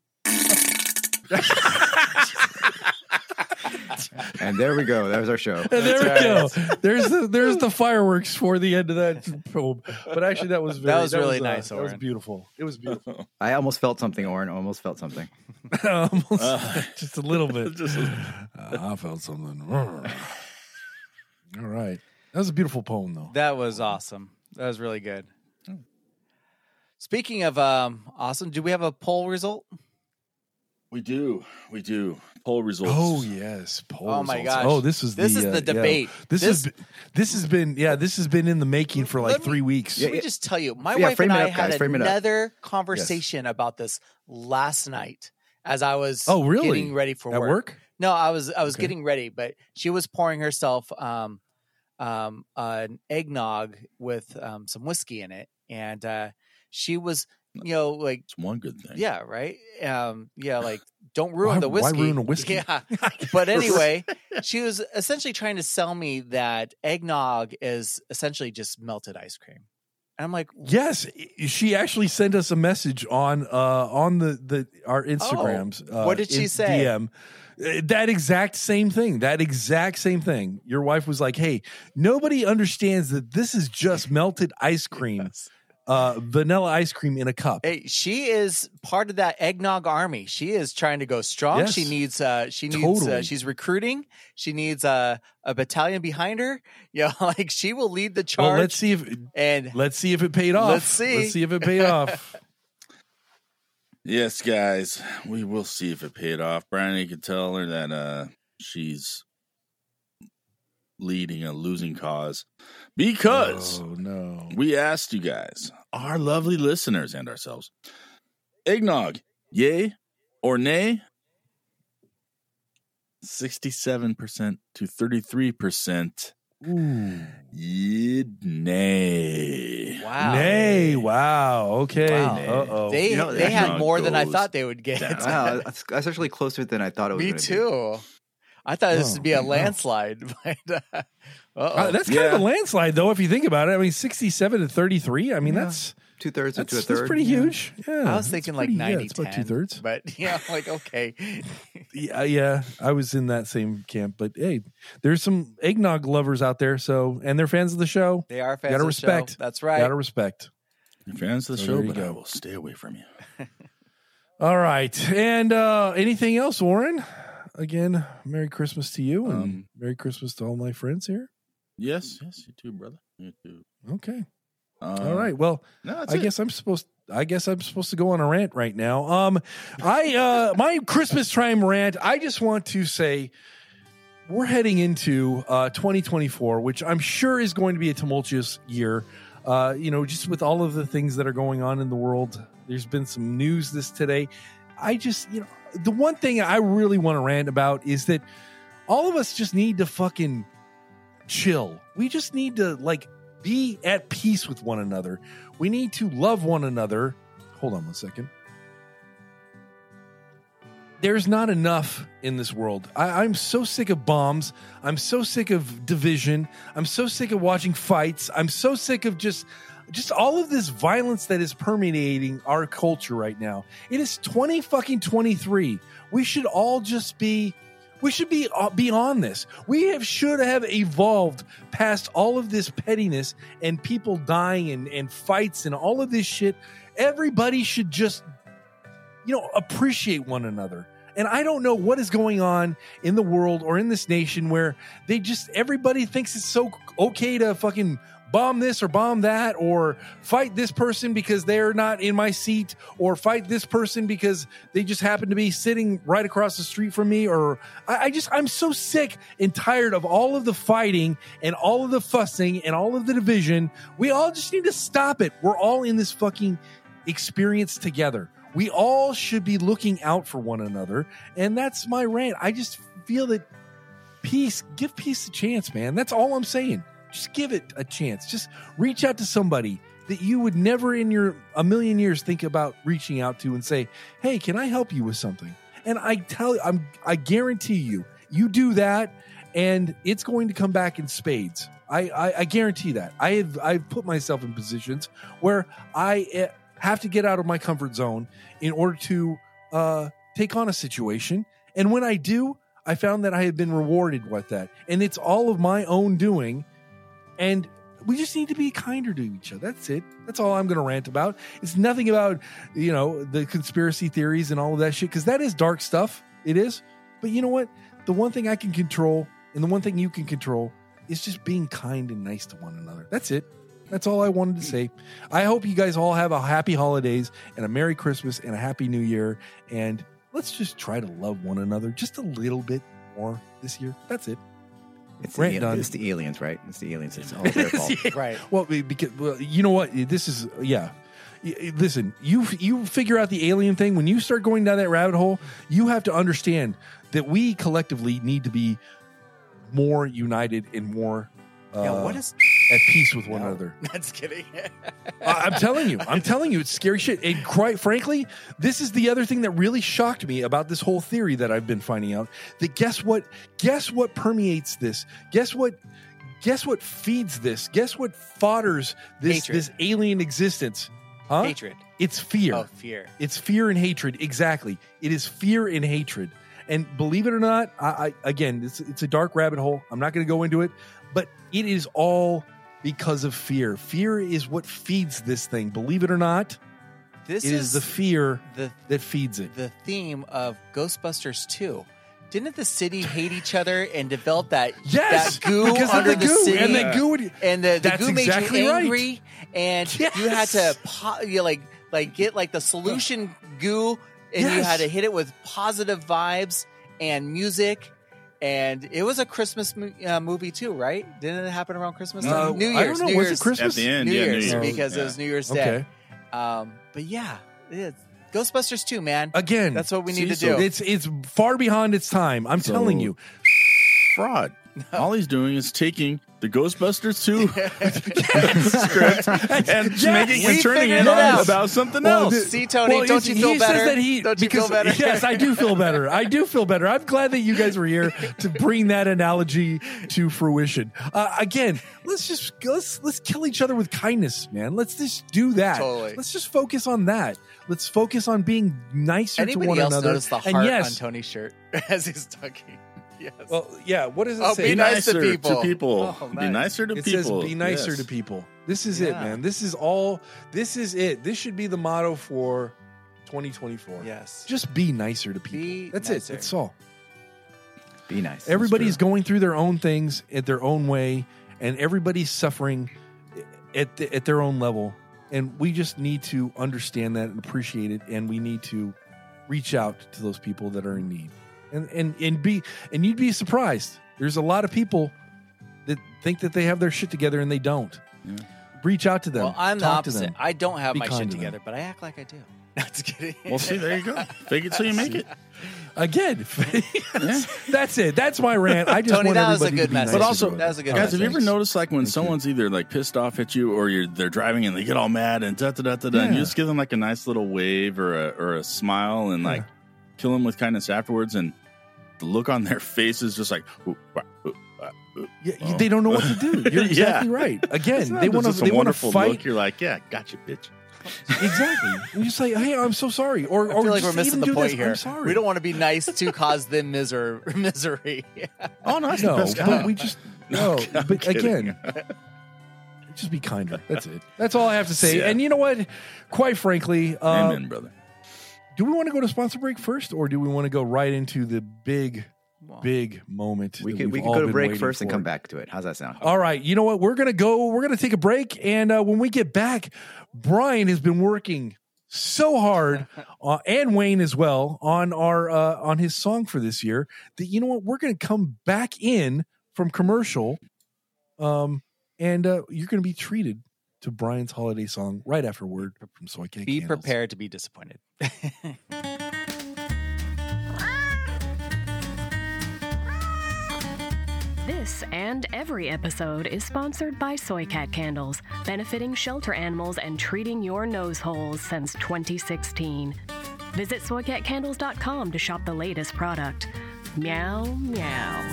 And there we go. That was our show. And there we go. There's the there's the fireworks for the end of that poem. But actually, that was very, was really nice, That was Oren. beautiful. It was beautiful. I almost felt something, Oren. Almost felt something. Almost, Uh, just a little bit. Uh, Just I felt something. All right, that Hmm. was a beautiful poem, though. That was awesome. That was really good. Speaking of um, awesome, do we have a poll result? We do. We do. Poll results. Oh yes, poll Oh, my results. gosh. Oh, this was This the, is uh, the yeah. debate. This, This- is this has been yeah this has been in the making for like Let me- three weeks. Let me just tell you, my Yeah, wife frame and it I up, had guys, frame it up. another conversation about this last night as I was Oh, really? getting ready for At work? No, I was I was Okay. getting ready, but she was pouring herself um, um, an eggnog with um, some whiskey in it, and uh, she was, you know, like It's one good thing. yeah, right, um, yeah, like don't ruin the Why- why whiskey. ruin a whiskey? Yeah, but anyway, she was essentially trying to sell me that eggnog is essentially just melted ice cream. And I'm like, Yes, i- she actually sent us a message on uh on the the our Instagrams. uh, Oh. what did she in say? DM. Uh, That exact same thing. That exact same thing. Your wife was like, "Hey, nobody understands that this is just melted ice cream, uh, vanilla ice cream in a cup." hey, Eh, she is part of that eggnog army. She is trying to go strong. She Yes. needs, uh, she needs, uh, Totally. she's recruiting. She needs uh, a battalion behind her. You know, like she will lead the charge. well, let's see if and let's see if it paid off. Let's see. Let's see if it paid off. Yes, guys, we will see if it paid off. Brian, you can tell her that uh she's leading a losing cause because oh no, we asked you guys, our lovely listeners and ourselves, eggnog, yay or nay? 67% to 33% yeah, nay. wow, nay, wow, okay, Wow. uh oh, they You know, they had eggnog more than I goes thought they would get. down. Wow, that's, that's actually closer than I thought it was. Me gonna be. too. I thought this Oh, would be a wow. landslide, but uh, uh-oh. Uh, that's kind of a Yeah. landslide, though, if you think about it. I mean, 67 to 33. I mean, Yeah. that's Two thirds that's, to a that's third. pretty huge. Yeah. I was uh, that's thinking like pretty- 90 Yeah, it's about two thirds. But yeah, like okay. Yeah, yeah, I was in that same camp. But hey, there's some eggnog lovers out there. So, and they're fans of the show. They are fans Gotta of the show. respect. That's right. Gotta respect. You're fans of the So show, there you but I go. will stay away from you. All right. And uh anything else, Warren? Again, Merry Christmas to you and Um, Merry Christmas to all my friends here. Yes, yes, you too, brother. You too. Okay. uh, Um, all right. Well, No, that's I it. guess I'm supposed. I guess I'm supposed to go on a rant right now. Um, I uh, my Christmas time rant. I just want to say we're heading into uh, 2024, which I'm sure is going to be a tumultuous year. Uh, you know, just with all of the things that are going on in the world. There's been some news this today. I just, you know, the one thing I really want to rant about is that all of us just need to fucking chill. We just need to like be at peace with one another. We need to love one another. Hold on one second. There's not enough in this world. I, I'm so sick of bombs. I'm so sick of division. I'm so sick of watching fights. I'm so sick of just just all of this violence that is permeating our culture right now. It is 20 fucking 23. We should all just be we should be uh, beyond this. We have should have evolved past all of this pettiness and people dying and, and fights and all of this shit. Everybody should just, you know, appreciate one another. And I don't know what is going on in the world or in this nation where they just, everybody thinks it's so okay to fucking bomb this or bomb that or fight this person because they're not in my seat or fight this person because they just happen to be sitting right across the street from me or I, I just i'm so sick and tired of all of the fighting and all of the fussing and all of the division we all just need to stop it we're all in this fucking experience together we all should be looking out for one another and that's my rant i just feel that peace give peace a chance man that's all i'm saying just give it a chance just reach out to somebody that you would never in your a million years think about reaching out to and say hey can i help you with something and i tell i'm i guarantee you you do that and it's going to come back in spades i i, I guarantee that i have i've put myself in positions where i eh, have to get out of my comfort zone in order to uh take on a situation and when i do i found that i have been rewarded with that and it's all of my own doing and we just need to be kinder to each other. That's it. That's all I'm going to rant about. It's nothing about, you know, the conspiracy theories and all of that shit, because that is dark stuff. It is. But you know what? The one thing I can control and the one thing you can control is just being kind and nice to one another. That's it. That's all I wanted to say. I hope you guys all have a happy holidays and a Merry Christmas and a Happy New Year. And let's just try to love one another just a little bit more this year. That's it. It's, Rant the, al- done. it's the aliens, right? It's the aliens. It's all their fault. right. Well, be- because well, you know what, this is yeah. Y- y- Listen, you you figure out the alien thing when you start going down that rabbit hole. You have to understand that we collectively need to be more united and more uh, yeah, what is at peace with one another. that's kidding? I, I'm telling you, I'm telling you, it's scary shit. And quite frankly, this is the other thing that really shocked me about this whole theory that I've been finding out. That guess what? Guess what permeates this? Guess what guess what feeds this? Guess what fodders this Hatred. this alien existence? Huh? Hatred. It's fear. Oh, fear. It's fear and hatred. Exactly. It is fear and hatred. And believe it or not, I, I again, it's, it's a dark rabbit hole. I'm not going to go into it, but it is all because of fear. Fear is what feeds this thing. Believe it or not, This it is, is the fear the that feeds it. the theme of Ghostbusters 2. Didn't the city hate each other and develop that, Yes, that goo because under of the, goo, city? and the Yeah. goo. Would, and the, the That's goo made exactly you right. angry, and you had Yes. to po- you like like get like the solution goo, and you Yes. had to hit it with positive vibes and music, and it was a Christmas mo- uh, movie too, right? Didn't it happen around Christmas? Uh, time? New Year's, I don't know. New was Year's, it Christmas? At the end, New yeah, Year's, New Year's. because it was New Year's Okay. Day. Um, but yeah, it's Ghostbusters 2, man. Again, That's what we need See, to so do. it's it's far behind its time. I'm So- telling you. fraud. All he's doing is taking the Ghostbusters 2 script and Yes. making We and turning figured it it on out. about something Well, else. the- See, Tony, don't he- you feel he says better? that he- Don't you feel because- better? Yes, I do feel better. I do feel better. I'm glad that you guys were here to bring that analogy to fruition. Uh, again, let's just let's let's kill each other with kindness, man. Let's just do that. Totally. Let's just focus on that. Let's focus on being nicer to one Anybody else another. notice the and heart yes, on Tony's shirt as he's talking? Yes. well, yeah. What does it Oh, say? be nice to people. Oh, Be nice. nicer to it people. says be nicer Yes. to people. This is it, Yeah. man. This is all. This is it. This should be the motto for 2024. yes. Just be nicer to people. Be That's nicer. it. That's all. Be nice. everybody's true. going through their own things at their own way and everybody's suffering at, the, at their own level and we just need to understand that and appreciate it and we need to reach out to those people that are in need and and and be and you'd be surprised there's a lot of people that think that they have their shit together and they don't Yeah. reach out to them Well, I'm the talk to opposite. them. I don't have Be my kind shit to them. together, but I act like I do. That's kidding. Well, see, there you go. Fake it till you make it. again that's it that's my rant i just Tony, want that was a everybody to good be message. nice But to also- each that was a good other. Guys, have you ever Oh, Thanks. noticed like when Thank you. someone's either like pissed off at you or you're they're driving and they get all mad and da da da da da, and Yeah. you just give them like a nice little wave or a or a smile and like kill them with kindness afterwards, and the look on their face is just like, "Ooh, wah, ooh, wah, ooh." Yeah, you- Oh. they don't know what to do. You're Yeah. exactly right. It's Again, not they just want to this they want to wonderful fight. Look. You're like, yeah, gotcha, bitch. exactly. You just say, "Hey, I'm so sorry," or I or feel like just we're missing even the do point this, here. I'm sorry. We don't want to be nice to cause them miser- misery. Oh no, that's the No, best but kind. we just no. I'm but kidding. again, just be kinder. That's it. That's all I have to say. Yeah. And you know what? Quite frankly, uh, Amen, brother. do we want to go to sponsor break first, or do we want to go right into the big, big moment? We that could we we've could all go to been break waiting first and for? Oh, come back to it. How's that sound? All right. You know what? We're going to go. We're going to take a break. And uh, when we get back, Brian has been working so hard uh, and Wayne as well on our uh, on his song for this year that you know what? We're going to come back in from commercial. Um, and uh, you're going to be treated to Brian's holiday song right after word from Soy Cake. Be Candles. prepared to be disappointed. This and every episode is sponsored by Soy Cat Candles, benefiting shelter animals and treating your nose holes since 2016. Visit soycatcandles.com to shop the latest product. Meow, meow.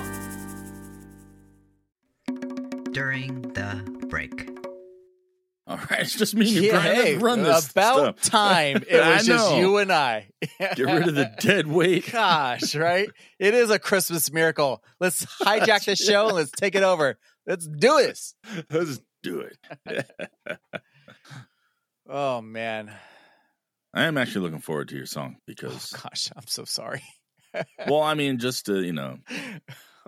during the break. All right, it's just me and you, Yeah, Brian. Let's hey, run this about stuff. time. It I was just know. you and I. Get rid of the dead weight. Gosh, right? It is a Christmas miracle. Let's hijack the show and let's take it over. Let's do this. Let's do it. Oh man. I am actually looking forward to your song because, Oh, Gosh, I'm so sorry. well, I mean, just to, you know,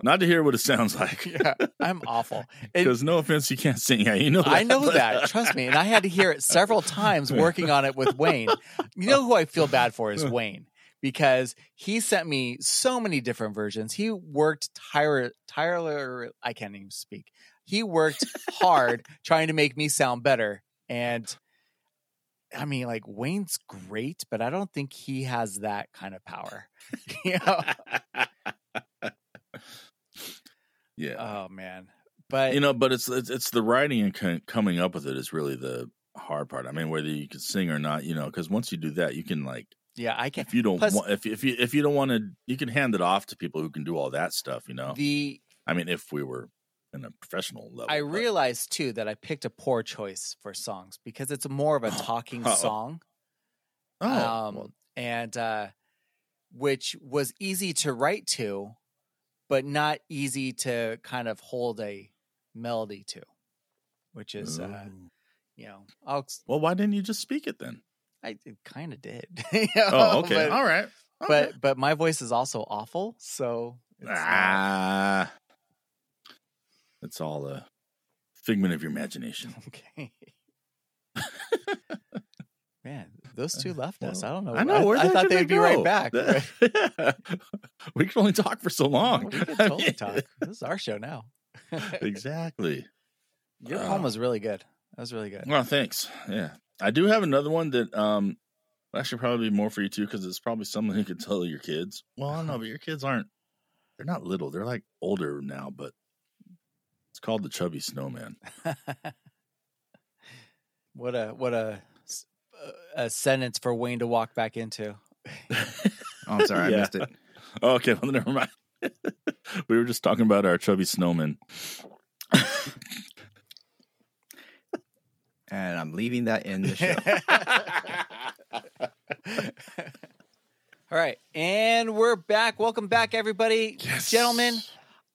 not to hear what it sounds like. Yeah, I'm awful. And Because no offense, you can't sing. Yeah, you know that. I know that. Trust me. And I had to hear it several times working on it with Wayne. You know who I feel bad for is Wayne because he sent me so many different versions. He worked tire tire I can't even speak. He worked hard trying to make me sound better and I mean like Wayne's great, but I don't think he has that kind of power. you know? yeah, Oh man. But you know, but it's it's, it's the writing and co- coming up with it is really the hard part. I mean, whether you can sing or not, you know, because once you do that, you can like yeah, I can't if you don't Plus- want if if you if you don't want to, you can hand it off to people who can do all that stuff. You know, the I mean, if we were in a professional level. I but- realized too that I picked a poor choice for songs because it's more of a talking Uh-oh. song. Oh, um, well, and uh, which was easy to write to, but not easy to kind of hold a melody to, which is, uh, ooh. you know, I'll, ex- well, why didn't you just speak it then? I kind of did. you know, Oh, okay, But, all right. Okay. but but my voice is also awful, so it's not- ah, it's all a figment of your imagination. okay. Man, those two left us. Uh, Oh, I don't know. I know. Where I, thought they'd be right back. but- we can only talk for so long. Oh, We can I totally mean, talk. This is our show now. Exactly. Your Uh, poem was really good. That was really good. Well, thanks. Yeah, I do have another one that um well, actually probably be more for you too because it's probably something you could tell your kids. Well, I don't Uh-huh. know, but your kids aren't. They're not little. They're like older now, but it's called the Chubby Snowman. what a what a s- uh, a sentence for Wayne to walk back into. Oh, I'm sorry, Yeah. I missed it. Oh, okay, well never mind. we were just talking about our Chubby Snowman. And I'm leaving that in the show. All right, and we're back. Welcome back, everybody, gentlemen.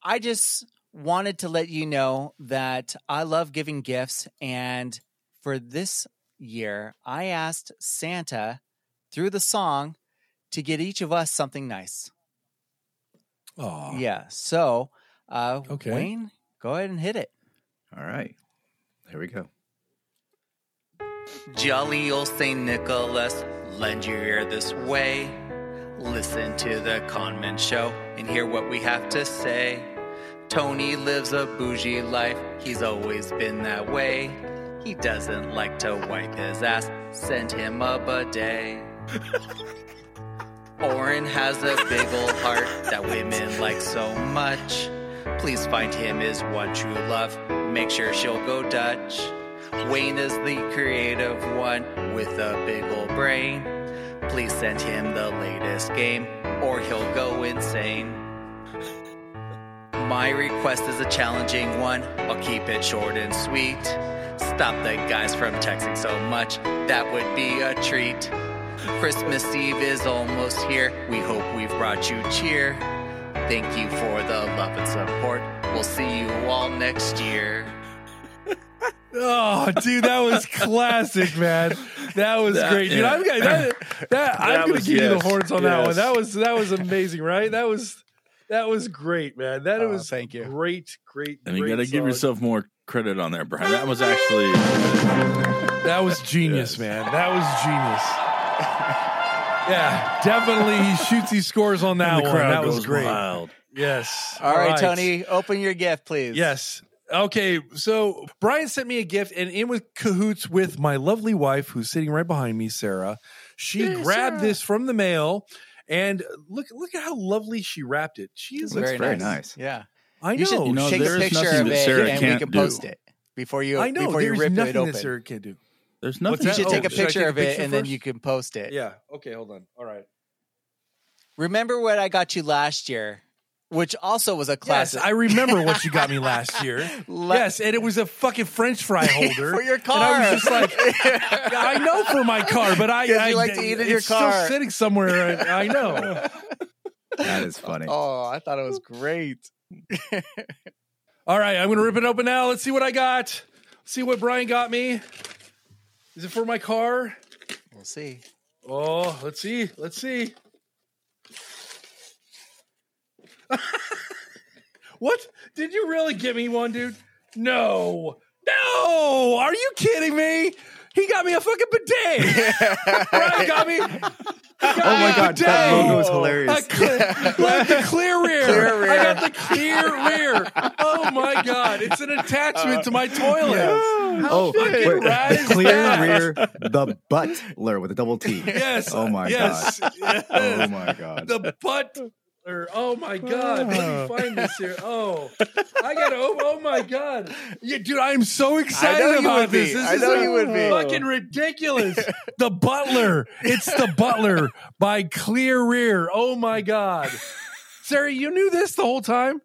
I just wanted to let you know that I love giving gifts, and for this year, I asked Santa through the song to get each of us something nice. Oh, Yeah. So, uh, Okay. Wayne, go ahead and hit it. All right. There we go. Jolly old St. Nicholas, lend your ear this way. Listen to the Conman Show and hear what we have to say. Tony lives a bougie life, he's always been that way. He doesn't like to wipe his ass, send him a bidet. Oren has a big old heart that women like so much. Please find him his one true love, make sure she'll go Dutch. Wayne is the creative one with a big old brain. Please send him the latest game or he'll go insane. My request is a challenging one. I'll keep it short and sweet. Stop the guys from texting so much. That would be a treat. Christmas Eve is almost here. We hope we've brought you cheer. Thank you for the love and support. We'll see you all next year. Oh, dude, that was classic, man. That was That- great, dude. yeah. I'm gonna that, that- I'm That gonna was- give you yes, the horns on that yes. one. That was that was amazing, right? That was that was great, man. That Oh, was thank you. Great, great. And you great got to give song. yourself more credit on there, Brian. That was actually That was genius, Yes. man. That was genius. yeah, definitely. He shoots, he scores on that the one. crowd That was goes great. wild. Yes. All right, Tony, open your gift, please. Yes. Okay. So Brian sent me a gift and in with cahoots with my lovely wife who's sitting right behind me, Sarah. She grabbed this from the mail and look look at how lovely she wrapped it. She is Looks a, Very nice. Yeah. I you should know. You know, take a there's picture nothing of that it Sarah and we can't can do. post it before you I know before you there's rip it nothing open. that Sarah can't do. There's What's nothing. you should Oh, take a should I picture take a of it picture and then first? you can post it. Yeah. Okay, hold on. All right. Remember what I got you last year, which also was a Yes, classic. I remember what you got me last year. La- yes, and it was a fucking French fry holder for your car. And I was just like, Yeah, I know for my car, but I, 'Cause you I like to eat in your it's car. still sitting somewhere. I, I know. That is funny. oh, I thought it was great. All right, I'm gonna rip it open now. Let's see what I got. See what Brian got me. Is it for my car? We'll see. Oh, let's see. Let's see. what? Did you really get me one, dude? No. No. Are you kidding me? He got me a fucking bidet. Brian got me. Oh my god, that logo is I hilarious. cle- like the clear rear. Clear rear. I got the clear rear. Oh my god, it's an attachment to my toilet. Oh, fucking wait, rad the is that? clear rear, the butler with a double T. Yes. Oh my yes. Yes. god. Oh my god. The butt. Or, oh my god, let me find this here. Oh, I gotta. Oh, oh my god, yeah, dude, I'm so excited I know you about would be. this. This I is know you would be. fucking ridiculous. the Butler. It's the Butler by Clear Rear. Oh my god, Sarah, you knew this the whole time.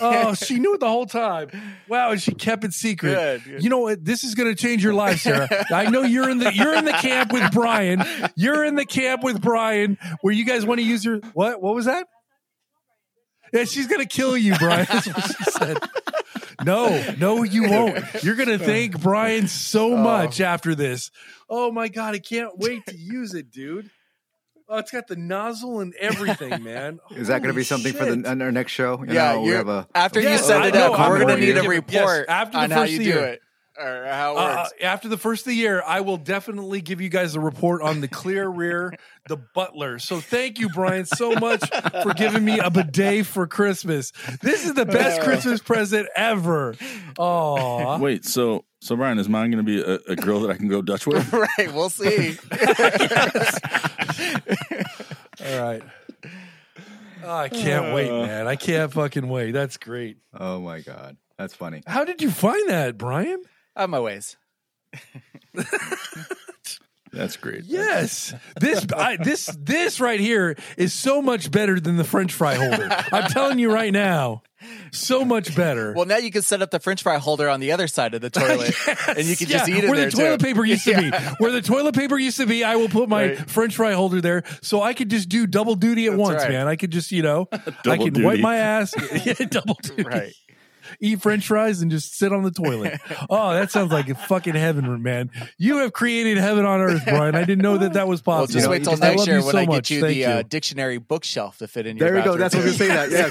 Oh, she knew it the whole time. Wow, and she kept it secret. Good, good. You know what? This is going to change your life, Sarah. I know you're in the you're in the camp with Brian. You're in the camp with Brian where you guys want to use your what? What was that? Yeah, she's going to kill you, Brian. That's what she said. No, no, you won't. You're going to thank Brian Oh. so much after this. Oh my god, I can't wait to use it, dude. Oh, it's got the nozzle and everything, man. Is that going to Holy be something for shit. the on our next show? You Yeah, know, we you're- have a After Yes, you set I it know. up, we're I'm gonna ready need to a give- report yes, after the on how first you year. do it. or how it Uh, works. after the first of the year, I will definitely give you guys a report on the clear rear, the butler. So thank you, Brian, so much for giving me a bidet for Christmas. This is the best Christmas present ever. Oh, Wait, so so Brian, is mine going to be a, a girl that I can go Dutch with? right, we'll see. all right. Oh, I can't wait, Uh. man. I can't fucking wait. That's great. oh my god, that's funny. How did you find that, Brian? on my ways. That's great. Yes, this I, this this right here is so much better than the French fry holder. I'm telling you right now, so much better. Well, now you can set up the French fry holder on the other side of the toilet, and you can just Yeah, eat it where there the toilet too. paper used to be. Where the toilet paper used to be, I will put my Right. French fry holder there, so I could just do double duty at once, right. man. I could just you know, I Double could wipe duty. my ass, yeah, double duty, right. eat French fries, and just sit on the toilet. oh, that sounds like fucking heaven, man. You have created heaven on earth, Brian. I didn't know that that was Well, possible. just wait till I next love year you when so I much. get you Thank the Uh, dictionary bookshelf to fit in your. There we go. bathroom That's what I was too. going to say. That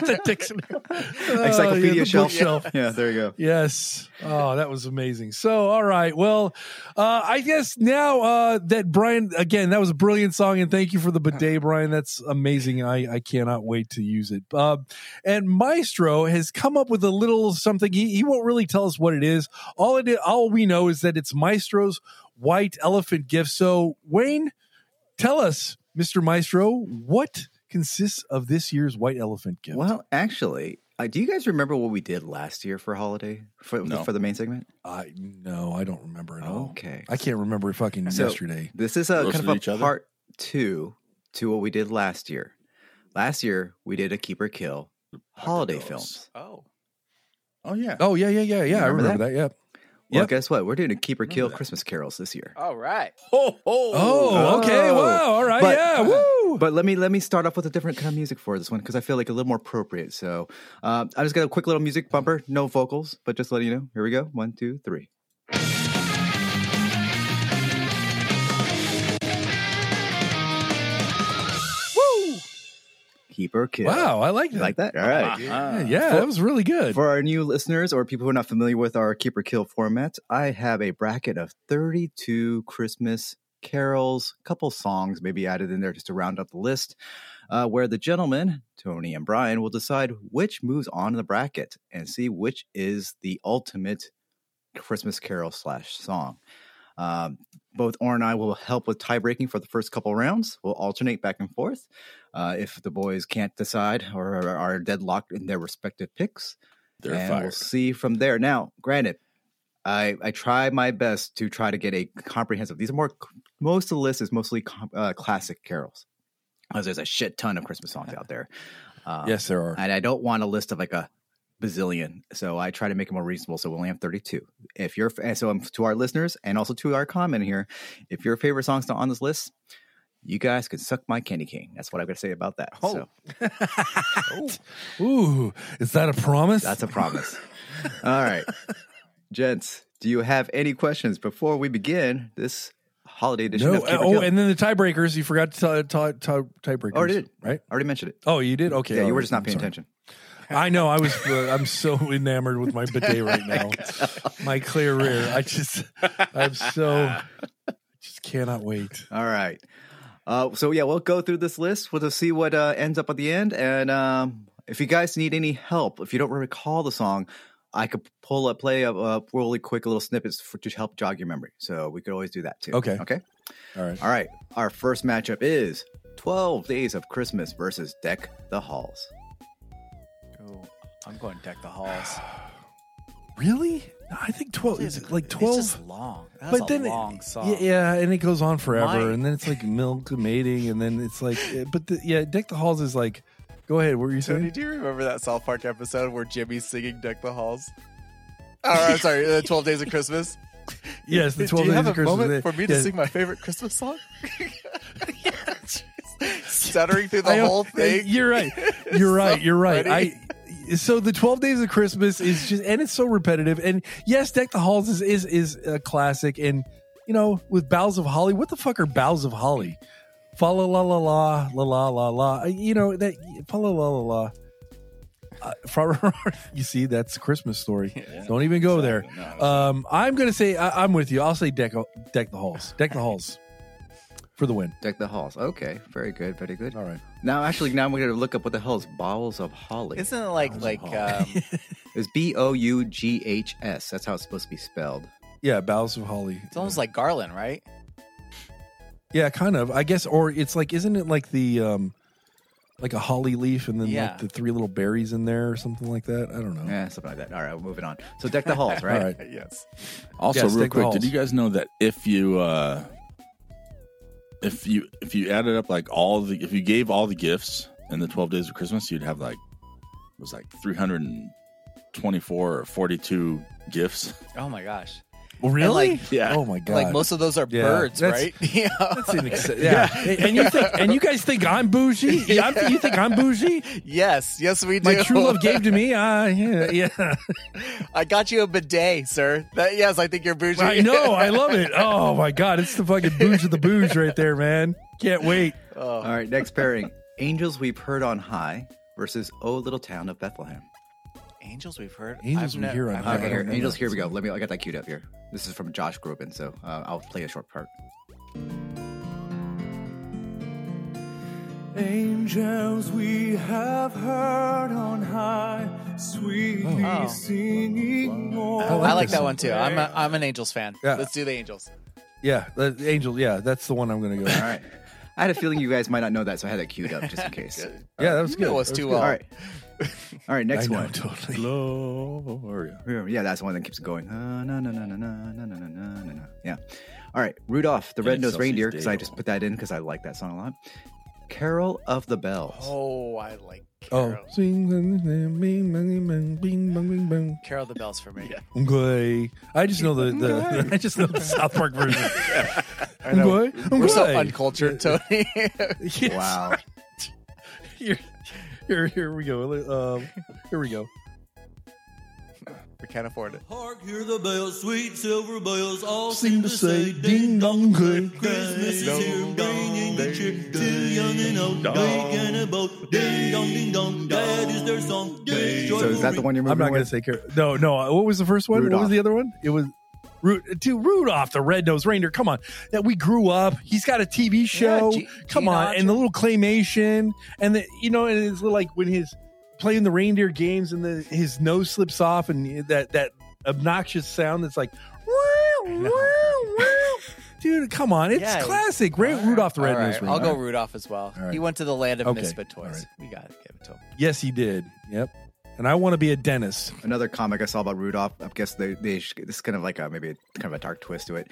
the dictionary, encyclopedia Oh, yeah, the shelf. bookshelf. Yeah, there you go. Yes. Oh, that was amazing. So, all right. Well, uh, I guess now uh, that Brian, again, that was a brilliant song, and thank you for the bidet, Brian. That's amazing. I, I cannot wait to use it. Uh, and Maestro has come up with a little something. He, he won't really tell us what it is. All it all we know is that it's Maestro's white elephant gift. So, Wayne, tell us, Mr. Maestro, what consists of this year's white elephant gift? Well, actually, uh, do you guys remember what we did last year for holiday for No. for the main segment? I no, I don't remember at all. Okay. I can't remember fucking So- yesterday. This is a Roasted kind of each a other? part two to what we did last year. Last year we did a keep or kill holiday Girls. films. Oh, Oh yeah. Oh yeah, yeah, yeah, yeah. I Remember remember that. Yeah. Well, Yep. guess what? We're doing a keep or Remember kill that. Christmas carols this year. all right. Oh, Oh, okay. Oh. Wow. All right. But- uh, yeah. Woo. But let me let me start off with a different kind of music for this one because I feel like a little more appropriate. So uh, I just got a quick little music bumper, no vocals, but just letting you know. Here we go. One, two, three. Woo. Keep or kill. Wow. I like You that. like that? All right. yeah, Uh-huh. yeah, that was really good. For our new listeners or people who are not familiar with our keep or kill format, I have a bracket of 32 Christmas carols, couple songs maybe added in there just to round up the list, uh, where the gentlemen, Tony and Brian, will decide which moves on in the bracket and see which is the ultimate Christmas carol slash song. Um, both Or and I will help with tie breaking for the first couple rounds. We'll alternate back and forth. Uh, if the boys can't decide or are- are deadlocked in their respective picks, They're and we'll fired. see from there. Now, granted, I I try my best to try to get a comprehensive. These are more most of the list is mostly com, uh, classic carols, because there's a shit ton of Christmas songs out there. Um, yes, there are. and I don't want a list of like a bazillion, so I try to make it more reasonable. So we only have 32. If you're and so um, to our listeners and also to our comment here, if your favorite song's not on this list. You guys can suck my candy cane. That's what I've got to say about that. Oh. So Ooh, is that a promise? That's a promise. All right. Gents, do you have any questions before we begin this holiday edition no. of Keep It uh, oh, Real? and then the tiebreakers. You forgot to t- t- t- tiebreakers. Oh, I did. right? I already mentioned it. Oh, you did. Okay. yeah, all you were right, just not I'm paying sorry. attention. I know. I was. Uh, I'm so enamored with my bidet right now. my clear rear. I just. I'm so. Just cannot wait. All right. Uh, so, yeah, we'll go through this list. We'll just see what uh, ends up at the end. And um, if you guys need any help, if you don't recall the song, I could pull up, play up uh, really quick little snippets for, to help jog your memory. So we could always do that too. Okay. Okay. All right. All right. Our first matchup is 12 Days of Christmas versus Deck the Halls. Ooh, I'm going deck the halls. Really? I think twelve. Is it like twelve? It's just long. That's a it- long song. Yeah, yeah, and it goes on forever, Why? eh, and then it's like milk mating, and then it's like, but the, yeah, Deck the Halls is like Go ahead. What were you Tony, saying? do you remember that South Park episode where Jimmy's singing "Deck the Halls"? Oh, I'm sorry, uh, Twelve Days of Christmas. Yes, the twelve do you days have of a Christmas. moment for me to Yes. sing my favorite Christmas song? Stuttering through the I- whole thing. You're right. You're right. You're right. funny. I so the 12 days of Christmas is just and it's so repetitive. And yes, Deck the Halls is is, is a classic. And you know, with Bowls of Holly, what the fuck are Bowls of Holly? Fa la la la la la la la la. Uh, You know that fa la la la la. Uh, fa- you see, that's Christmas story. Don't even go there. Um, I'm gonna say I, I'm with you. I'll say deck deck the halls, deck the halls for the win. Deck the halls. Okay, very good, very good. All right. Now, actually, now I'm going to look up what the hell is bowels of holly. Isn't it like like um, It's B O U G H S. That's how it's supposed to be spelled. Yeah, Bowls of Holly. it's almost like Garland, right? Yeah, kind of. I guess, or it's like, isn't it like the um, like a holly leaf and then Yeah. like the three little berries in there or something like that? I don't know. Yeah, Eh, something like that. All right, we're moving on. So deck the halls, right? All right. Uh, Yes. Also, Yes, real take the quick, halls. did you guys know that if you uh if you if you added up like all the if you gave all the gifts in the twelve days of Christmas, you'd have like it was like three hundred and twenty four or forty two gifts. Oh my gosh! Really? like- Yeah. Oh my god. Like most of those are Yeah. birds, That's- right? Yeah. That's inaccessible. yeah. And you think, and you guys think I'm bougie? Yeah. I'm, you think I'm bougie? yes, yes, we do. My true love gave to me. I yeah, yeah. I got you a bidet, sir. That, yes, I think you're bougie. I know. I love it. Oh my god, it's the fucking bouge of the bouge right there, man. Can't wait. Oh. All right, next pairing: Angels We've Heard on High versus O Little Town of Bethlehem. Angels we've heard. Angels we nev- hear on I've high. Uh, never here, heard- Angels, here we go. Let me. I got that queued up here. This is from Josh Groban, so uh, I'll play a short part. Angels we have heard on high, sweetly Oh. singing I more. I like this that one too. I'm a, I'm an Angels fan. Yeah. Let's do the Angels. Yeah, that- Angel. Yeah, that's the one I'm gonna go. With. All right. I had a feeling you guys might not know that, so I had that queued up just in case. Yeah, that was You good. know us That was too good. well. All right. All right, I next know one. totally. Gloria. Yeah, that's the one that keeps going. Uh, na, na, na, na, na, na, na, na, na, na. Yeah. All right. Rudolph the In Red-Nosed Excelsis Reindeer, because I Deo. just put that in because I like that song a lot. Carol of the Bells. Oh, I like Oh, Carol. Swing, bing, bing, bing, bing, bing, bing, bing, bing, bing. Carol the Bells for me. Ngway. I just know the, the I just know the South Park version. Ngway, We're so ngway. uncultured, Tony. Yes. Wow. Here, here, here we go. Um, here we go. We can't afford it. Hark, hear the bells, sweet silver bells, all Seem to say ding dong good. Christmas is here, bringing the cheer to young and old, dong. big and about. Ding dong, ding dong, that is their song. So is that the one you're moving I'm not gonna with? say care. No, no. uh, What was the first one? What Rudolph. was the other one? It was. Root, to Rudolph the Red-Nosed Reindeer, come on! That we grew up. He's got a TV show. G- come Gene on, Autry. and the little claymation, and the you know, and it's like when his playing the reindeer games, and the his nose slips off, and that that obnoxious sound that's like, "Wow, wow, wow." dude, come on, it's Yeah. classic. Ra- Rudolph the All Red-Nosed right, Reindeer. I'll go Rudolph as well. All right. He went to the land of Okay. misfit All toys. right. We got to give it to him. Yes, he did. Yep. And I want to be a dentist. another comic I saw about Rudolph. I guess they, they sh- this is kind of like a maybe kind of a dark twist to it.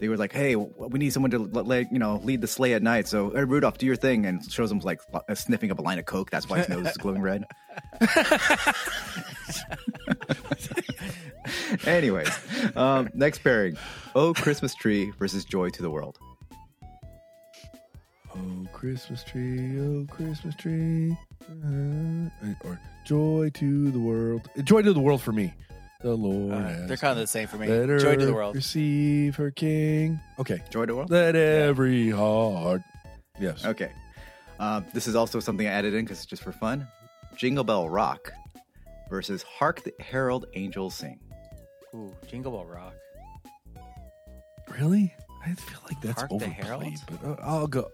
They were like, "Hey, w- we need someone to l- like you know lead the sleigh at night." So hey, Rudolph, do your thing, and shows him like lo- sniffing up a line of coke. That's why his nose is glowing red. Anyways, um, next pairing: Oh Christmas Tree versus Joy to the World. Oh, Christmas tree, oh, Christmas tree. uh, or joy to the world. Joy to the world for me. The Lord. All right. has Uh, They're kind of the same for me. let Joy to the earth world. Receive her king. Okay. Joy to the World. Let every heart. Yes. Okay, uh, this is also something I added in because just for fun. Jingle Bell Rock versus Hark the Herald Angels Sing. Ooh, Jingle Bell Rock. Really? I feel like that's Hark the overplayed, herald? but uh, I'll go.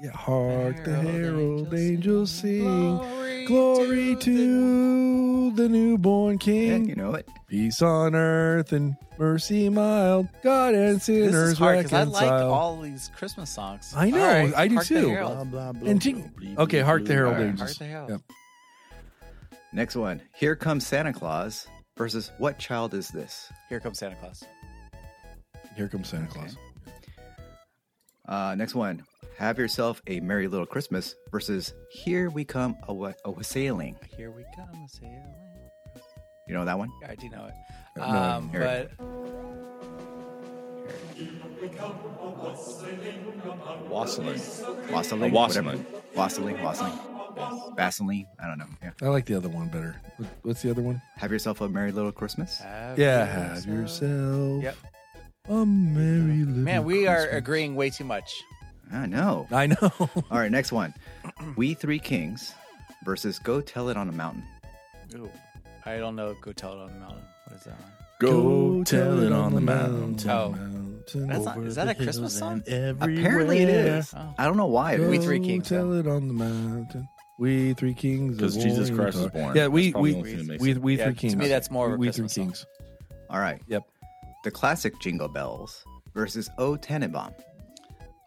Yeah, hark the Herald herald angels angels sing. sing, glory to the newborn Yeah, king. you know it. Peace on earth and mercy mild. God and This sinners is hard because I reconciled. like all these Christmas songs. I know, All right, I do Hark the too. Herald. And jing- okay, Hark the Herald All right, Hark Angels. the Herald. Yep. Next one. Here comes Santa Claus versus What Child Is This? Here comes Santa Claus. Here comes Santa Claus. Uh, next one. Have yourself a merry little Christmas versus Here We Come a, wa- a Wassailing. Here we come, sailing. You know that one? I do know it. Uh, No, Um, here. but Wassailing. Wassailing. A wassailing. whatever. Wassailing. Wassailing. Vaseline. I don't know. Yeah. I like the other one better. What- What's the other one? Have yourself a merry little Christmas. Uh, have Yeah, yourself- have yourself Yep. a merry little. Man, we are Christmas. agreeing way too much. I know. I know. All right, next one. we Three Kings versus Go Tell It on a Mountain. I don't know. Go tell it on the mountain. What is that one? Go tell it on the mountain. Oh. mountain That's not- over is that the a Christmas hills song? And Apparently it is. Oh. I don't know why. Go We Three Kings, Tell it on the mountain. We three kings. of 'Cause Jesus warrior Christ was tar- born. Yeah, That's we probably we the only thing that we, makes we, sense. Yeah, three to kings. me, that's more of a we three Christmas song. kings. All right. Yep. The classic Jingle Bells versus O Tannenbaum.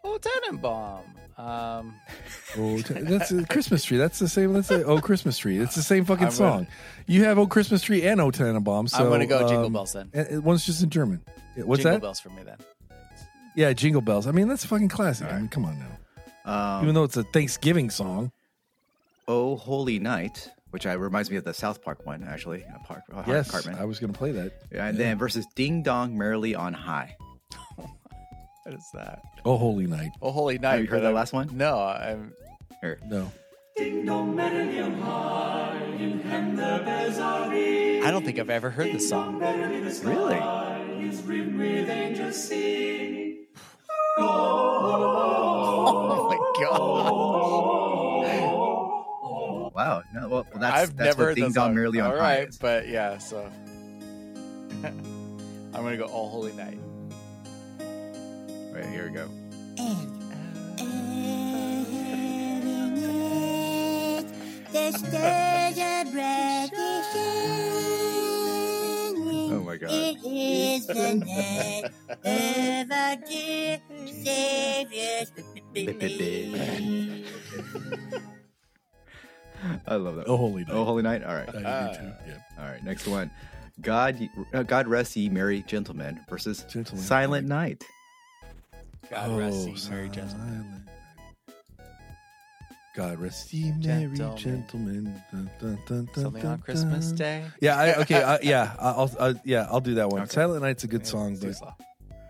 Oh, Tannenbaum. Um, Oh, t- that's a Christmas tree. That's the same. That's a, oh Christmas tree. It's the same fucking I'm song. gonna- you have oh Christmas tree and oh Tannenbaum. So I'm gonna go Jingle um, Bells then. and- and one's just in German. Yeah, What's Jingle that? bells for me then. Yeah, Jingle Bells. I mean, that's fucking classic. I mean, come on now. Even Um, though it's a Thanksgiving song, oh Holy Night, which I, reminds me of the South Park one, actually. Uh, Park, uh, yes, Cartman. I was going to play that. and then versus Ding Dong Merrily on High. What is that? Oh, Holy Night. Oh, holy night! Have you heard but that I'm- last one? No, I'm. Here. No. I don't think I've ever heard this song. Really? Oh my god! Wow. No, well, well, that's, I've that's never what heard Ding this Dong song. Merrily on All High right, is. but yeah. So I'm gonna go all holy night. Right, here we go. Oh my God. is the night of our dear Savior's I love that. Oh, Holy Night. Oh, Holy Night. All right. I do uh, too. Yeah. All right. Next one. God, uh, God rest ye merry gentlemen versus Gentlemen. Silent Night. God Oh, rest ye merry silent gentlemen. night. God rest ye merry Gentlemen. gentlemen. Dun, dun, dun, dun, Something dun, on Christmas dun. Day. Yeah, I, okay, I, yeah, I'll, i yeah, I'll do that one. Okay. Silent Night's a good song. Too But slow.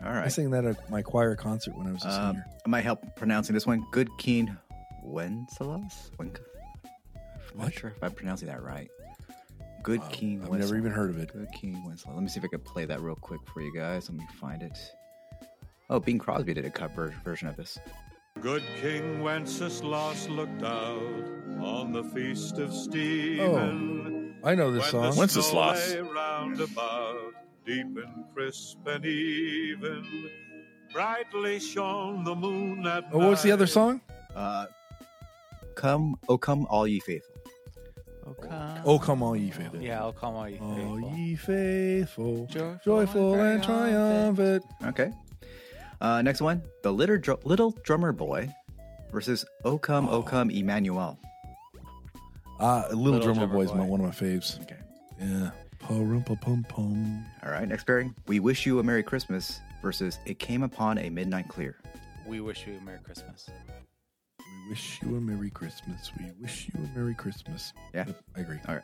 All I right. sang that at my choir concert when I was a Um, senior. I might help pronouncing this one. Good Keen Wenceslas. Wen- I'm not What? sure if I'm pronouncing that right. Good Wow, King. I've never even heard of it. Good King Winslow. Let me see if I can play that real quick for you guys. Let me find it. Oh, Bing Crosby did a cover version of this. Good King Wenceslas looked out on the feast of Stephen. Stephen. I know this When the Oh, song. When's- snow Wenceslas. lay round about, deep and crisp and even, brightly shone the moon at Oh, what's the other night. song? Uh, come, oh, come, all ye faithful. Oh come. Oh, come all ye faithful. Yeah, I'll come all you. All faithful. ye faithful, Joyful joyful and and triumphant. triumphant. Okay. Uh, next one, the little, Dru- little drummer boy versus Oh come, oh come, Emmanuel. Ah, Little, Little Drummer, Drummer Boy is my, Boy. one of my faves. Okay. Yeah. Pum pum pum. All right. Next pairing, we wish you a merry Christmas versus It came upon a midnight clear. We wish you a merry Christmas. We wish you a merry Christmas. We wish you a merry Christmas. Yeah. Yep, I agree. All right.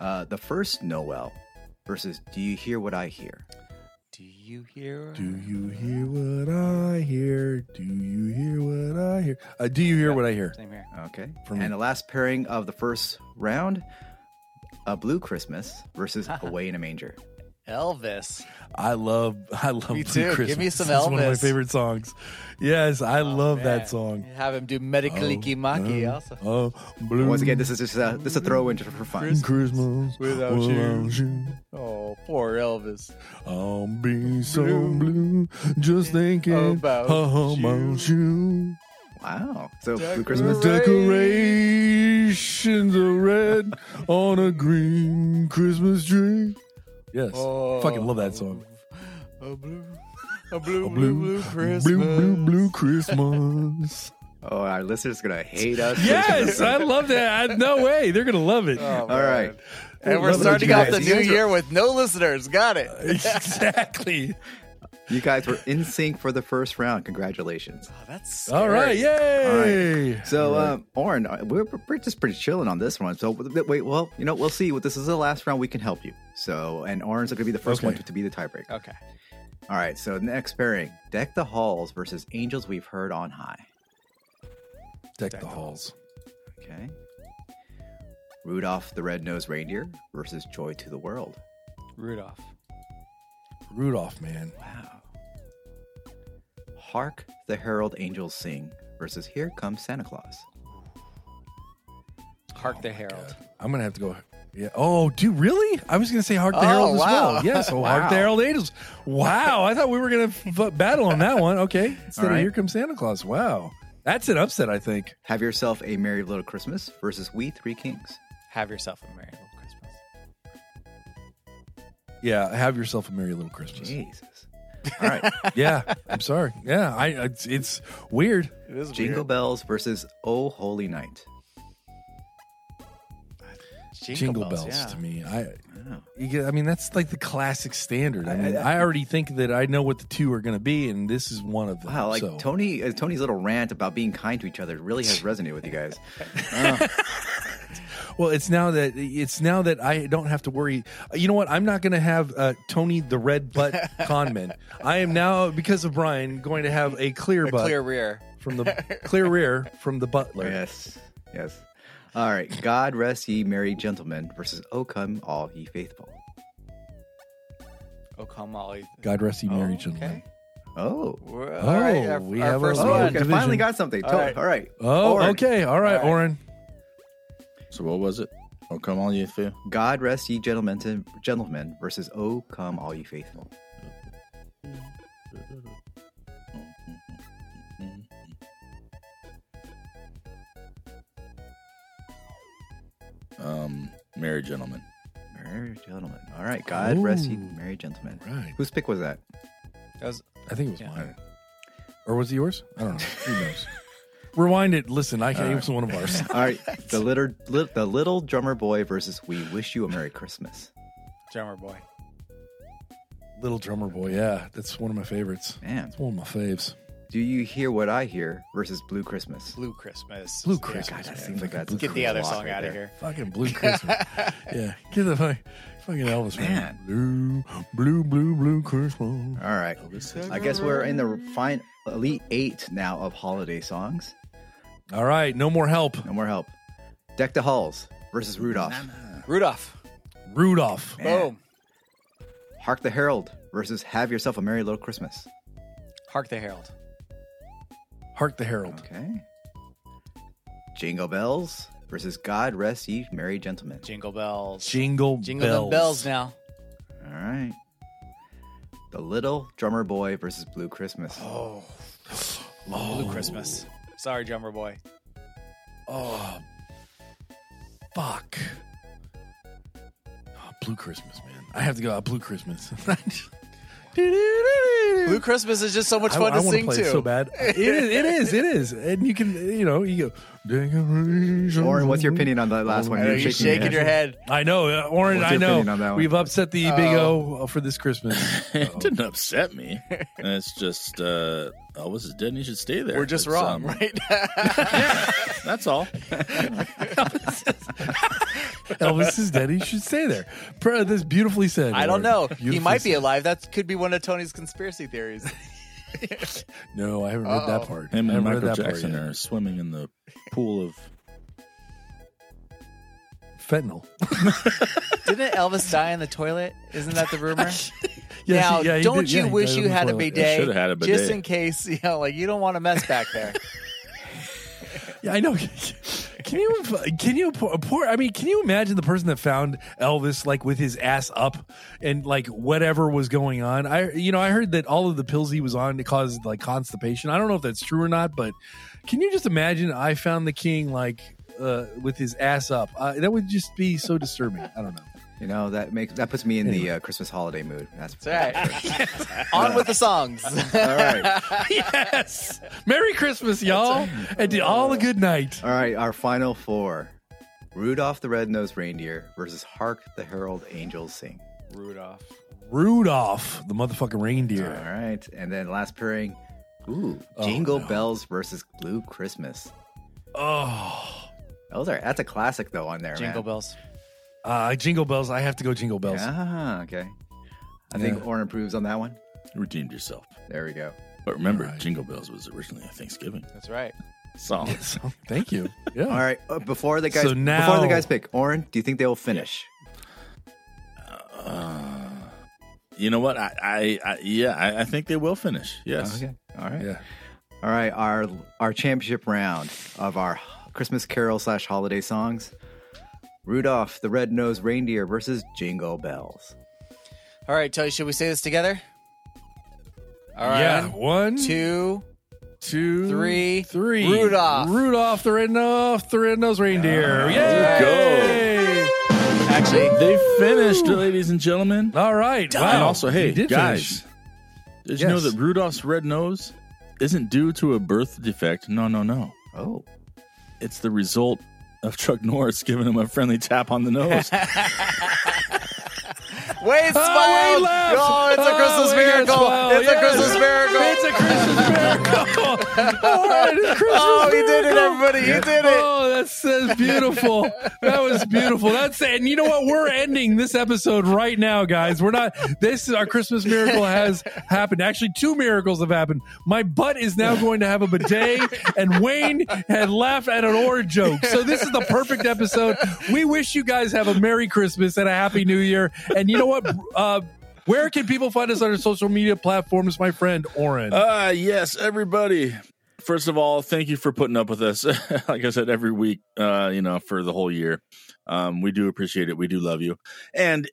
Uh, the first Noel versus Do you hear what I hear? Do you hear? Do you hear what I hear? Do you hear what I hear? Uh, do you hear what I hear? Same here. Okay. For me. And the last pairing of the first round, a blue Christmas versus Away in a Manger. Elvis. I love, I love Me Blue too. Give Christmas. me some It's one of my Elvis. Oh, favorite songs. Yes, I love Man. that song. Have him do Medicaliki Maki also. Oh, blue. Once again, this is just a, this is a throw in just for fun. Christmas Without you. Oh, poor Elvis. I'll be so Blue. blue just thinking About about you. Wow. So blue The Christmas. decorations are red on a green Christmas tree. Yes, Oh, fucking love that song. A blue, a blue, A blue, blue Christmas. blue, blue, blue Christmas. Oh, our listeners are gonna hate us. yes, I love that. I, no way, they're gonna love it. Oh, All right. And Love we're it, starting guys. off the You new guys are- Oh, year with no listeners. Got it. exactly. You guys were in sync for the first round. Congratulations. Oh, that's All right, scary. yay! All So, um, Oren, uh, we're, we're just pretty chilling on this one. So, w- wait, well, you know, we'll see. This is the last round we can help you. So, and Oren's going to be the first Okay. one to, to be the tiebreaker. Okay. All right. So, next pairing Deck the Halls versus Angels We've Heard on High. Deck the halls. Okay. Rudolph the Red-Nosed Reindeer versus Joy to the World. Rudolph. Rudolph, man. Wow. Hark the Herald Angels Sing versus Here Comes Santa Claus. Hark the Herald. I'm gonna have to go. Yeah. Oh, dude, really? I was gonna say Hark the Oh, Herald as wow. well. Yes. Oh, Hark the Herald Angels. Wow. I thought we were gonna f- battle on that one. Okay. Instead All right. of Here Comes Santa Claus. Wow. That's an upset, I think. Have Yourself a Merry Little Christmas versus We Three Kings. Have yourself a merry little Christmas. Yeah. Have yourself a merry little Christmas. Jesus. All right. Yeah. I'm sorry. Yeah. I. It's, it's weird. It is Jingle weird. Bells versus Oh Holy Night. Jingle, bells, yeah. to me. I. Wow. You get, I mean, that's like the classic standard. I mean, I- I, already think that I know what the two are going to be, and this is one of them. Wow, like so. Tony uh, Tony's little rant about being kind to each other really has resonated with you guys. Well, it's now that it's now that I don't have to worry. You know what? I'm not going to have uh, Tony the red butt conman. I am now because of Brian going to have a clear A butt clear rear. from the clear rear from the butler. Yes. Yes. All right. God rest ye merry gentlemen versus Oh come all ye faithful. Oh come Ollie. God rest you, merry gentlemen. okay. Oh. We're, Oh, all right, our, we our have a- first Oh, one. Oh, okay. division. Finally got something. All To- right. All right. Oh, Oren. okay. All right, All right. Oren. So what was it? Oh, come on, you fail. God rest ye gentlemen, gentlemen versus Oh come all ye faithful. Um, married gentleman. Merry gentlemen. All right. God rest ye Oh. Ooh. merry gentlemen. Right. Whose pick was that? That was- I think it was Yeah. mine, or was it yours? I don't know. Who knows? Rewind it. Listen, I can't. It was one of ours. All right. the litter, li- the little drummer boy versus We wish you a merry Christmas. drummer boy. Little drummer boy. Yeah, that's one of my favorites. Man, It's one of my faves. do you hear what I hear versus Blue Christmas? Blue Christmas. Blue Yeah. Christmas. That man. seems like that's a Get the Christmas other lock song right out of there. here. Fucking blue Christmas. yeah, get the fuck, fucking Elvis man. Blue, blue, blue, blue Christmas. All right. I guess we're in the fine elite eight now of holiday songs. All right, no more help. No more help. Deck the halls versus Rudolph. Rudolph. Rudolph. Man. Boom. Hark the Herald versus Have Yourself a Merry Little Christmas. Hark the Herald. Hark the Herald. Okay. Jingle Bells versus God Rest Ye Merry Gentlemen. Jingle bells. Jingle, bells. Jingle them bells now. All right. The Little Drummer Boy versus Blue Christmas. Oh. Blue Christmas. Sorry, drummer boy. Oh, fuck. Oh, blue Christmas, man. I have to go out Blue Christmas. Blue Christmas is just so much I- fun I, to wanna sing play to. it so bad. It is, it is, it is. And you can, you know, you go. Oren, Oren, what's your opinion on that last one? I know, you're shaking your head. I know, uh, Oren. What's I your know opinion on that one? we've upset the Big Oh. O uh, for this Christmas. it didn't upset me. it's just uh, Elvis is dead, and he should stay there. We're just It's, wrong, um, right? That's all. Elvis is dead. He should stay there. Pr- That's beautifully said. I don't Oren. know. He Beautifully might be said. alive. That could be one of Tony's conspiracy theories. No, I haven't read that Uh-oh. part. Him I haven't and Michael read that Jackson part are swimming in the pool of. yet. Fentanyl. Didn't Elvis die in the toilet? Isn't that the rumor? Yes, now, he- yeah, he don't did- you yeah, he wish died on you the had a toilet. bidet, should've had a just bidet. in case you know, like you don't want a mess back there. Yeah, I know. Can you can you poor? I mean, can you imagine the person that found Elvis like with his ass up and like whatever was going on? I you know I heard that all of the pills he was on caused like constipation. I don't know if that's true or not, but can you just imagine? I found the king like uh, with his ass up. Uh, that would just be so disturbing. I don't know. You know that makes that puts me in the uh, Christmas holiday mood. That's It's all right. On with the songs. all right. yes. Merry Christmas, y'all, and to all a good night. All right. Our final four: Rudolph the Red-Nosed Reindeer versus Hark the Herald Angels Sing. Rudolph. Rudolph, the motherfucking All reindeer. right. And then last pairing, ooh, Oh, Jingle no. Bells versus Blue Christmas. Oh, Those are that's a classic though on there. Jingle man. bells. uh, Jingle Bells. I have to go Jingle Bells. Ah, okay. I think Yeah. Orin approves on that one. You redeemed yourself. There we go. But remember, Right. Jingle Bells was originally a Thanksgiving That's right. song. So, Oh, thank you. Yeah. All right. uh, Before the guys, Hmm. So before now- the guys pick, Orin, do you think they will finish? Uh, you know what? I, I, I yeah, I, I think they will finish. Yes. Okay. All right. Yeah. All right. Our our championship round of our Christmas Carol slash holiday songs. Rudolph the Red-Nosed Reindeer versus Jingle Bells. All right, Tony, should we say this together? All right. yeah. One, Two. two, three. three. Rudolph. Rudolph the red nose, the red nose reindeer. there Yay! Actually, They finished, ladies and gentlemen. All right. Wow. And also, hey, You did guys, finish. did you know Yes. that Rudolph's red nose isn't due to a birth defect? No, no, no. Oh. It's the result of Chuck Norris giving him a friendly tap on the nose. Wayne smiled. Oh, Wayne laughed. oh, it's a Oh, Christmas Wayne miracle. smiled. It's a Yes. Christmas miracle. It's a Christmas miracle. All right, it's Christmas Oh, he did it, miracle. everybody. He did it. Oh, that's, that's beautiful. that was beautiful. That's and you know what? We're ending this episode right now, guys. We're not. This is our Christmas miracle has happened. Actually, two miracles have happened. My butt is now going to have a bidet, and Wayne had laughed at an or joke. So this is the perfect episode. We wish you guys have a Merry Christmas and a Happy New Year. And you know what? Uh, where can people find us on our social media platforms, my friend Oren? Ah, yes, everybody. First of all, thank you for putting up with us. like I said, every week, uh, you know, for the whole year. Um, we do appreciate it. We do love you. And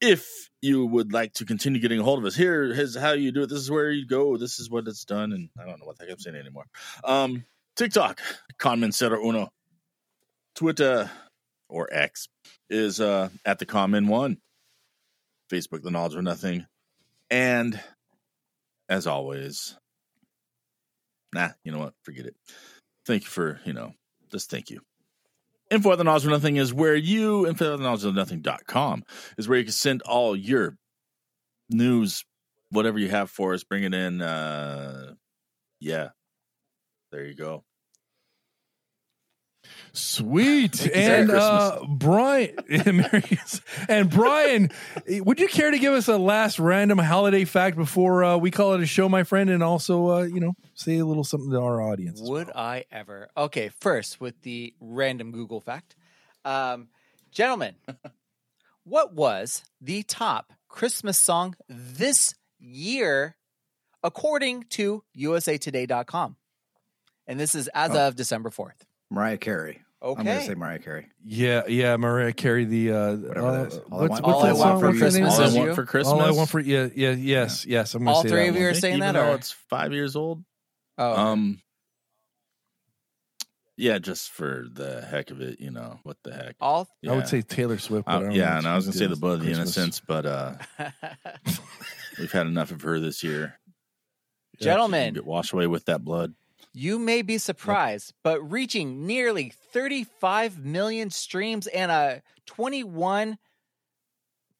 if you would like to continue getting a hold of us, here is how you do it. This is where you go. This is what it's done. And I don't know what the heck I'm saying anymore. Um, TikTok, Conman Cero Uno. Twitter or X is uh, at the Common One. Facebook, The Knowledge of Nothing. And as always, nah, you know what? Forget it. Thank you for, you know, just thank you. Info at the knowledge of nothing is where you, info at the knowledge of nothing.com is where you can send all your news, whatever you have for us, bring it in. Uh, yeah, there you go. Sweet you. and Merry uh, Brian Merry- and Brian, would you care to give us a last random holiday fact before uh, we call it a show, my friend, and also uh, you know say a little something to our audience? as Would I ever? Okay, first with the random Google fact. Um, gentlemen, what was the top Christmas song this year according to usatoday.com? And this is as of December 4th. Mariah Carey. I'm going to say Oh. Okay. Mariah Carey. well? Yeah, yeah. Mariah Carey, the uh, Whatever uh, that is. All I what's, Want- what's All that I Want song? for What's the name of Christmas that All is I song? You. want for Christmas. All I want for yeah, yeah, yes, yes. I'm gonna All say three that of you one. are Think saying even that, though or- it's five years old. Oh, Um, yeah, just for the heck of it, you know what the heck. all. I Yeah. would say Taylor Swift. But I Uh, don't know yeah, if and I she was gonna say did the blood of the Christmas. innocents, but uh, we've had enough of her this year. Yeah, Gentlemen, Get washed away with that blood. You may be surprised, but reaching nearly 35 million streams and uh, 21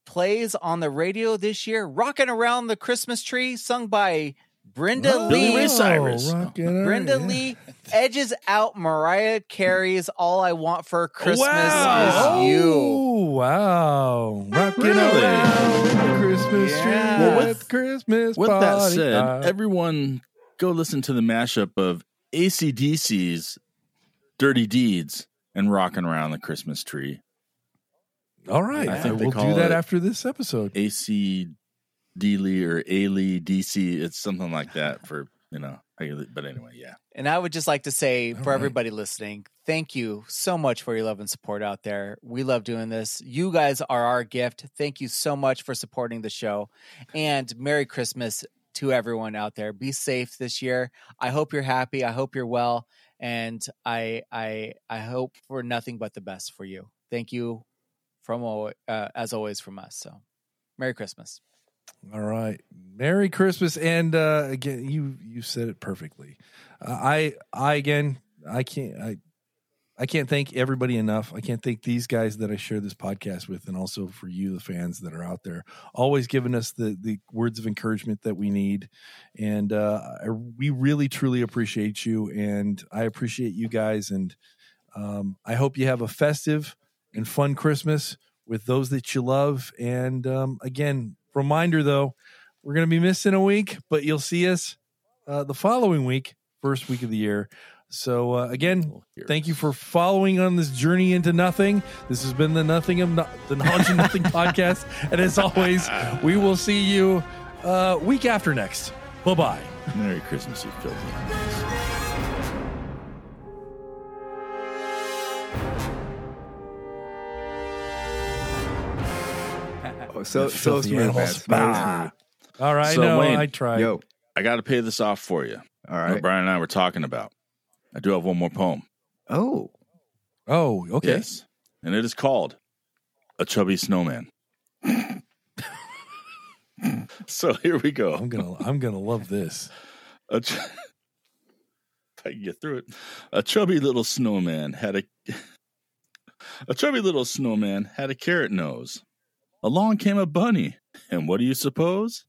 plays on the radio this year, Rockin' Around the Christmas Tree, sung by Brenda Wow. Billy Lee. Ray Cyrus. Rockin' Around, Brenda Oh, yeah. Lee edges out Mariah Carey's All I Want for Christmas wow. is You. Oh, wow. Rocking Really? around the Christmas Yeah. tree Well, at with- the Christmas With party. that said, Uh, everyone go listen to the mashup of ACDC's Dirty Deeds and Rockin' Around the Christmas Tree. all right. I I think they we'll call do that it- after this episode. AC Lee E or A Lee DC. It's something like that for, you know, how you- but anyway, yeah. And I would just like to say All for right. everybody listening, thank you so much for your love and support out there. We love doing this. You guys are our gift. Thank you so much for supporting the show. And Merry Christmas to everyone out there. Be safe this year. I hope you're happy. I hope you're well. And I I I hope for nothing but the best for you. Thank you from al- uh, as always from us. So Merry Christmas. All right. Merry Christmas. And uh, again, you you said it perfectly. Uh, I I again I can't I I can't thank everybody enough. I can't thank these guys that I share this podcast with, and also for you, the fans that are out there, always giving us the the words of encouragement that we need. And uh, I, we really truly appreciate you, and I appreciate you guys. And um, I hope you have a festive and fun Christmas with those that you love. And um, again, reminder though, we're going to be missing a week, but you'll see us uh, the following week, first week of the year. So uh, again, thank you for following on this journey into nothing. This has been the Nothing of no- the Knowledge of Nothing podcast, and as always, we will see you uh, week after next. Bye bye. Merry Christmas, you filthy. Oh, so You so filthy smooth, man. animals. Smooth, Bah. smooth. All right, So, no, Wayne, I tried. Yo, I got to pay this off for you. all What right. Brian and I were talking about. I do have one more poem. Oh, Oh, okay. Yes. And it is called A Chubby Snowman. so here we go. I'm gonna, I'm gonna love this. A ch- if I can get through it. A chubby little snowman had a a chubby little snowman had a carrot nose. Along came a bunny, and what do you suppose?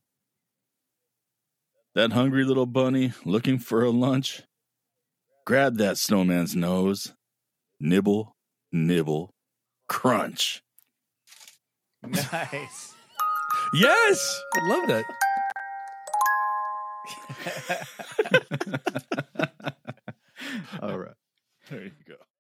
That hungry little bunny, looking for a lunch, grabbed that snowman's nose, nibble, nibble, crunch. Nice. Yes, I love that. all right. There you go.